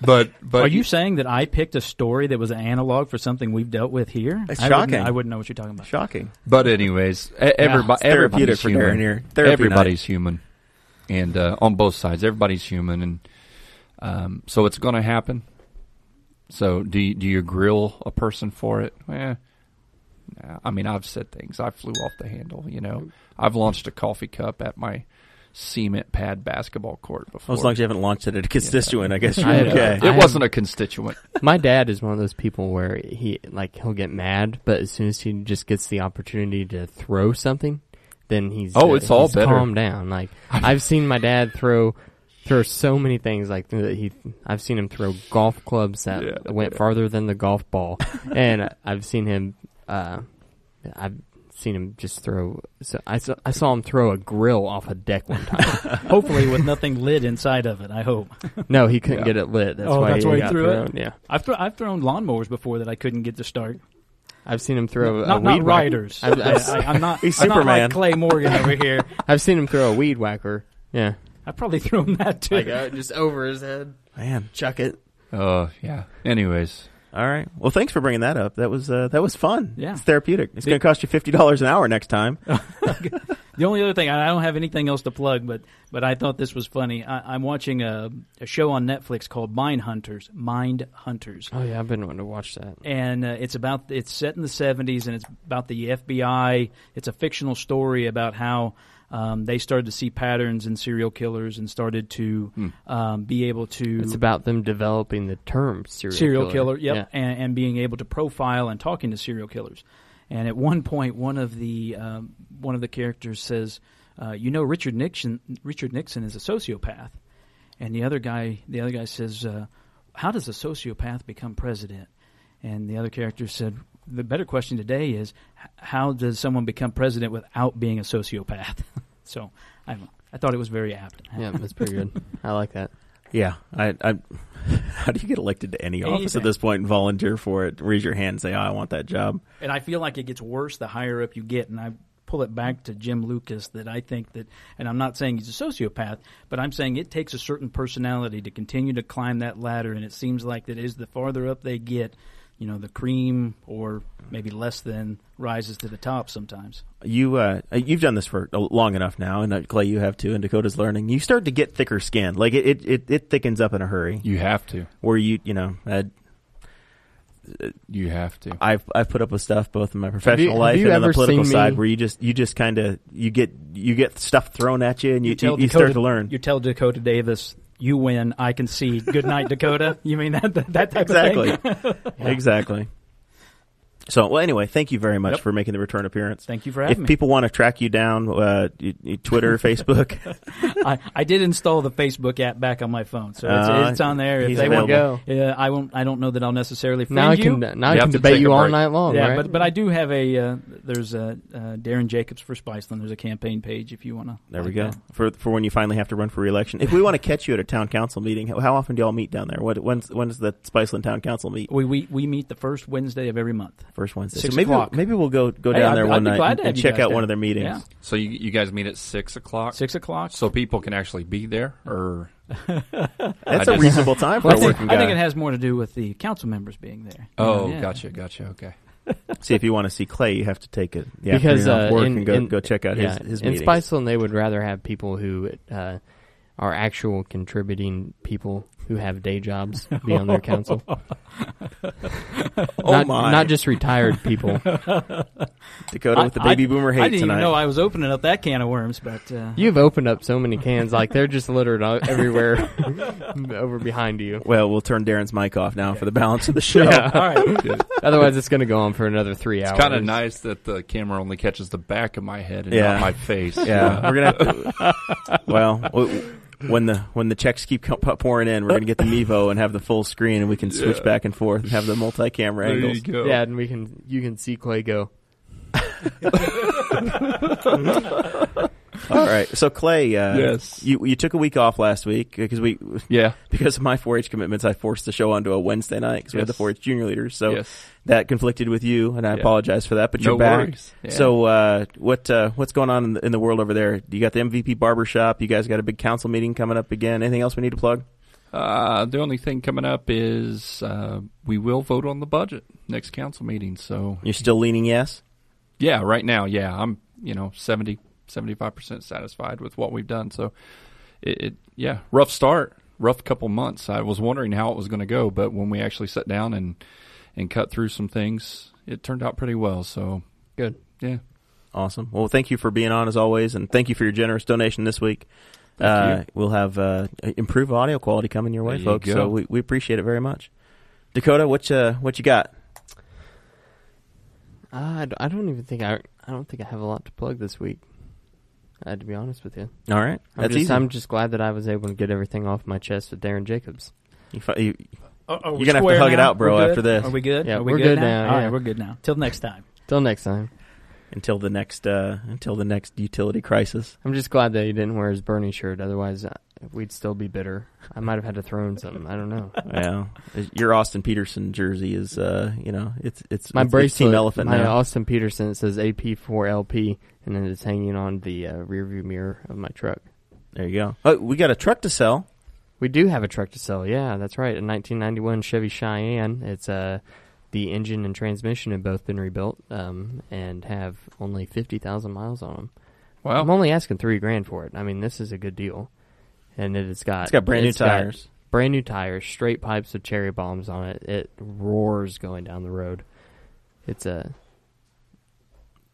but but
Are you saying that I picked a story that was an analog for something we've dealt with here?
It's
I wouldn't-
shocking.
I wouldn't know what you're talking about.
Shocking.
But anyways, e- everybody,
Yeah, it's
everybody's
therapeutic for Darren
human.
here. Therapy
Everybody's human, and uh, on both sides, everybody's human, and um, so it's going to happen. So do you, do you grill a person for it? Eh, nah. I mean, I've said things. I flew off the handle. You know, I've launched a coffee cup at my cement pad basketball court before.
Well, as long as you haven't launched it at a constituent, I guess you're
I-
okay.
I-
it wasn't a constituent.
My dad is one of those people where he like he'll get mad, but as soon as he just gets the opportunity to throw something, then he's
Oh, it's all
he's
better.
Calm down. Like I've seen my dad throw throw so many things like that he I've seen him throw golf clubs that
Yeah.
went farther than the golf ball, and I've seen him uh, I've seen him just throw. So I saw, I saw him throw a grill off a deck one time.
Hopefully, with nothing lit inside of it. I hope.
No, he couldn't
Yeah.
get it lit. That's
Oh,
why
that's
he
why he
got
threw
thrown.
it?
Yeah,
I've, thro- I've thrown lawnmowers before that I couldn't get to start.
I've seen him throw a
Not,
weed
not
whack-
riders. I,
I've- I've-
am not,
He's
I'm not
Superman.
like Clay Morgan over here.
I've seen him throw a weed whacker. Yeah.
I've probably thrown that too.
Like uh, just over his head.
Man,
Chuck it.
Uh, yeah. Anyways,
all right. Well, thanks for bringing that up. That was uh, that was fun.
Yeah.
it's therapeutic. It's going to cost you fifty dollars an hour next time.
Oh.
The only other thing, and I don't have anything else to plug, but but I thought this was funny. I, I'm watching a, a show on Netflix called Mind Hunters. Mind Hunters.
Oh yeah, I've been wanting to watch that.
and uh, it's about it's set in the 70s and it's about the FBI. It's a fictional story about how um, they started to see patterns in serial killers and started to um, be able to
Hmm. It's about them developing the term serial,
serial killer, yep,
Yeah.
and, and being able to profile and talking to serial killers. And at one point, one of the um, one of the characters says, uh, "You know, Richard Nixon. Richard Nixon is a sociopath." And the other guy, the other guy says, uh, "How does a sociopath become president?" And the other character said, "The better question today is, h- how does someone become president without being a sociopath?" so, I, don't know. I thought it was very apt.
yeah, that's pretty good. I like that.
Yeah, I, I. How do you get elected to any office
Anything.
at this point and volunteer for it? Raise your hand and say, oh, "I want that job."
And I feel like it gets worse the higher up you get. And I pull it back to Jim Lucas that I think that, and I'm not saying he's a sociopath, but I'm saying it takes a certain personality to continue to climb that ladder. And it seems like that is the farther up they get, you know, the cream or maybe less than rises to the top sometimes.
You uh, you've done this for uh, long enough now, and uh, Clay, you have too, and Dakota's learning. You start to get thicker skin, like it it, it, it thickens up in a hurry.
you have to.
Where you you know, uh,
You have to.
I've I've put up with stuff both in my professional
have
life
you
and on the
ever
political
seen
side,
me-
where you just you just kind of you get you get stuff thrown at you, and you you,
tell
you
Dakota-
start to learn.
You tell Dakota Davis, you win, I concede. Good night, Dakota. You mean that, that, that type of thing?
exactly, exactly. So, well, anyway, thank you very much
Yep.
for making the return appearance.
Thank you for
if
having me.
people want to track you down, uh, you, you Twitter, Facebook,
I, I did install the Facebook app back on my phone, so it's,
Uh,
it's on there. If
he's
they
There
want,
we
available.
go.
yeah, Uh, I won't. I don't know that I'll necessarily friend
Now I
you.
can now
You
I
have
can
to
debate
take a
you all
break.
night long.
yeah,
right?
but but I do have a uh, there's a uh, Darren Jacobs for Spiceland. There's a campaign page if you want to.
there we go for for when you finally have to run for reelection. If we want to catch you at a town council meeting, how, how often do y'all meet down there? What when's when's the Spiceland Town Council meet?
We, we we meet the first Wednesday of every month.
First Wednesday.
Six
so maybe
o'clock.
maybe we'll go go
Hey,
down
I'd-
there
I'd
one
be
night
glad
and,
to have
and
you
check
guys
out
there.
one of their meetings.
Yeah,
So you, you guys meet at six o'clock,
six o'clock.
so people can actually be there, or
That's
I
a
just-
reasonable time for
I
a
think,
working
I think it
guy.
has more to do with the council members being there.
oh,
Yeah.
gotcha, gotcha, okay.
See if you want to see Clay, you have to take it
because uh,
work
in,
and go
in-
go check out
yeah,
his his
in
meetings.
Spiceland, they would rather have people who uh, are actual contributing people who have day jobs be on their council.
Oh
not,
my.
Not just retired people.
Dakota with the
I-
baby boomer hate
I didn't
tonight.
even know I was opening up that can of worms, but uh,
You've opened up so many cans, like they're just littered o- everywhere over behind you.
well, we'll turn Darren's mic off now for the balance of the show.
all right.
Otherwise, it's going to go on for another three hours.
It's kind of nice that the camera only catches the back of my head and
Yeah.
not my face.
Yeah, we're gonna. Have to, well, w- when the when the checks keep co- pouring in, we're gonna get the Mevo and have the full screen, and we can switch
Yeah.
back and forth and have the multi-camera
there
angles.
you go.
Yeah, and we can you can see Clay go.
All right. So Clay, uh,
Yes.
you you took a week off last week because we
yeah.
because of my 4-H commitments, I forced the show onto a Wednesday night because we had the
Yes.
4-H junior leaders. So
yes.
that conflicted with you, and I
Yeah.
apologize for that. But
No
you're back.
worries. Yeah.
So uh, what uh, what's going on in the, in the world over there? You got the MVP barbershop. You guys got a big council meeting coming up again. Anything else we need to plug?
Uh, the only thing coming up is uh, we will vote on the budget next council meeting. So
You're still leaning yes.
yeah, right now, yeah, I'm you know 70, 75 percent satisfied with what we've done. So it, it yeah, rough start, rough couple months. I was wondering how it was going to go, but when we actually sat down and and cut through some things, it turned out pretty well. So
Good.
yeah,
Awesome. Well, thank you for being on as always, and thank you for your generous donation this week. uh, We'll have uh, improved audio quality coming your way,
There you
folks.
go.
So we, we appreciate it very much. Dakota, what you what you got?
Uh, I, d- I don't even think I I don't think I have a lot to plug this week. Uh, to be honest with you,
All right,
I'm
that's
just
easy.
I'm just glad that I was able to get everything off my chest with Darren Jacobs.
You fi- you-
Are- Oh, are we
You're gonna have to
square
hug it
now?
out, bro,
We're good?
after this.
are we good?
Yeah,
are we
we're
good,
good
now.
now,
All
yeah.
right, we're good now. Till next time.
Till next time.
until the next uh, until the next utility crisis.
I'm just glad that he didn't wear his Bernie shirt. Otherwise, uh, we'd still be bitter. I might have had to throw in something. I don't know.
Well, your Austin Peterson jersey is uh, you know it's it's
My
it's, it's
bracelet,
team elephant
my
now.
Austin Peterson, it says AP4LP, and then it's hanging on the uh, rearview mirror of my truck.
There you go. Oh, we got a truck to sell.
We do have a truck to sell. Yeah, that's right. A 1991 Chevy Cheyenne. It's uh, the engine and transmission have both been rebuilt um, and have only 50,000 miles on them.
wow.
I'm only asking three grand for it. I mean, this is a good deal, and it's got
It's got brand new tires.
brand new tires, straight pipes with cherry bombs on it. It roars going down the road. It's a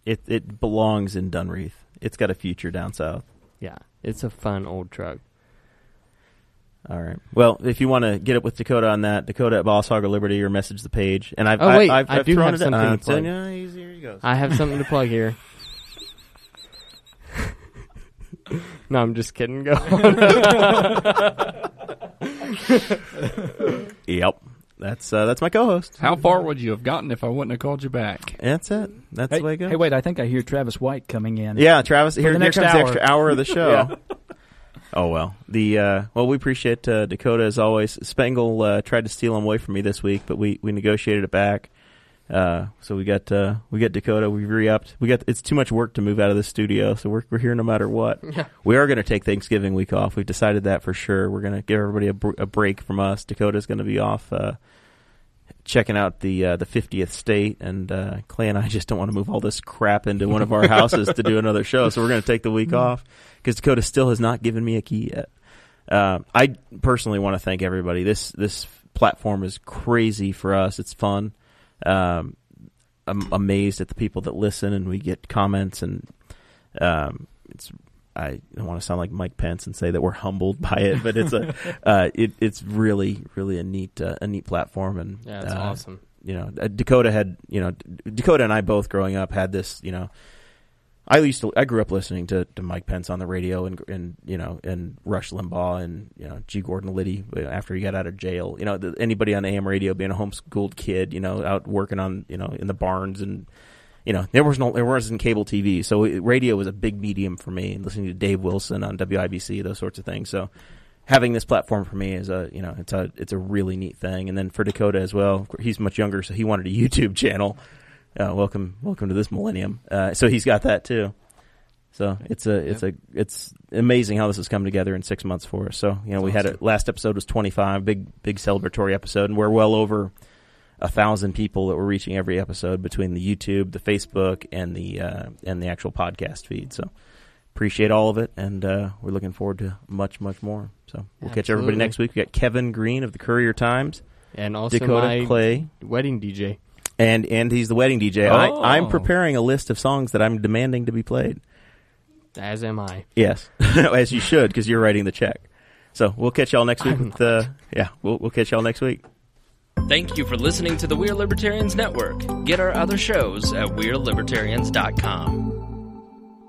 It it belongs in Dunreath. It's got a future down south.
yeah, it's a fun old truck.
All right. Well, if you want to get up with Dakota on that, Dakota at Boss Hog or Liberty, or message the page. And I've
Oh, wait,
I, have
I do
thrown
have
it
something to
uh,
plug.
so- yeah, he's- here he goes.
I have something to plug here. no, I'm just kidding. Go.
yep. That's uh, that's my co-host.
How far would you have gotten if I wouldn't have called you back?
That's it. That's
Hey,
the way it goes.
hey, wait, I think I hear Travis White coming in.
yeah, Travis. Here,
the
here
next
comes the
hour.
extra hour of the show. Oh well. The uh, well, we appreciate uh, Dakota as always. Spangle uh, tried to steal him away from me this week, but we we negotiated it back. Uh, so we got uh, we got Dakota. We re-upped. We got it's too much work to move out of the studio, so we're we're here no matter what. We are going to take Thanksgiving week off. We've decided that for sure. We're going to give everybody a, br- a break from us. Dakota's going to be off uh, checking out the uh, the fiftieth state, and uh, Clay and I just don't want to move all this crap into one of our houses to do another show. So we're going to take the
Mm-hmm.
week off because Dakota still has not given me a key yet. Uh, I personally want to thank everybody. This this platform is crazy for us. It's fun. Um, I'm amazed at the people that listen, and we get comments, and um, it's. I don't want to sound like Mike Pence and say that we're humbled by it, but it's a, uh, it, it's really, really a neat, uh, a neat platform, and
yeah, it's
uh,
awesome.
you know, uh, Dakota had, you know, D- Dakota and I both growing up had this, you know, I used to, I grew up listening to, to Mike Pence on the radio and, and, you know, and Rush Limbaugh and, you know, G. Gordon Liddy uh, after he got out of jail, you know, the, anybody on the AM radio being a homeschooled kid, you know, out working on, you know, in the barns and, you know, there was no, there wasn't cable TV. So it- radio was a big medium for me and listening to Dave Wilson on WIBC, those sorts of things. So, having this platform for me is a you know it's a it's a really neat thing. And then for Dakota as well, he's much younger, so he wanted a YouTube channel. Uh, welcome, welcome to this millennium. Uh, so he's got that too. So it's a it's a it's amazing how this has come together in six months for us. So you know we had a last episode was twenty five big big celebratory episode, and we're well over a thousand people that we're reaching every episode between the YouTube, the Facebook, and the uh, and the actual podcast feed. So appreciate all of it, and uh, we're looking forward to much, much more. So we'll catch everybody
Absolutely.
next week. We got Kevin Green of the Courier Times,
and also
Dakota
my
Clay,
wedding DJ.
and and he's the wedding DJ.
Oh.
I, I'm preparing a list of songs that I'm demanding to be played.
As am I.
Yes, as you should, because you're writing the check. So we'll catch y'all next week.
I'm
With, uh, yeah, we'll we'll catch y'all next week.
Thank you for listening to the We're Libertarians Network. Get our other shows at We'reLibertarians.com.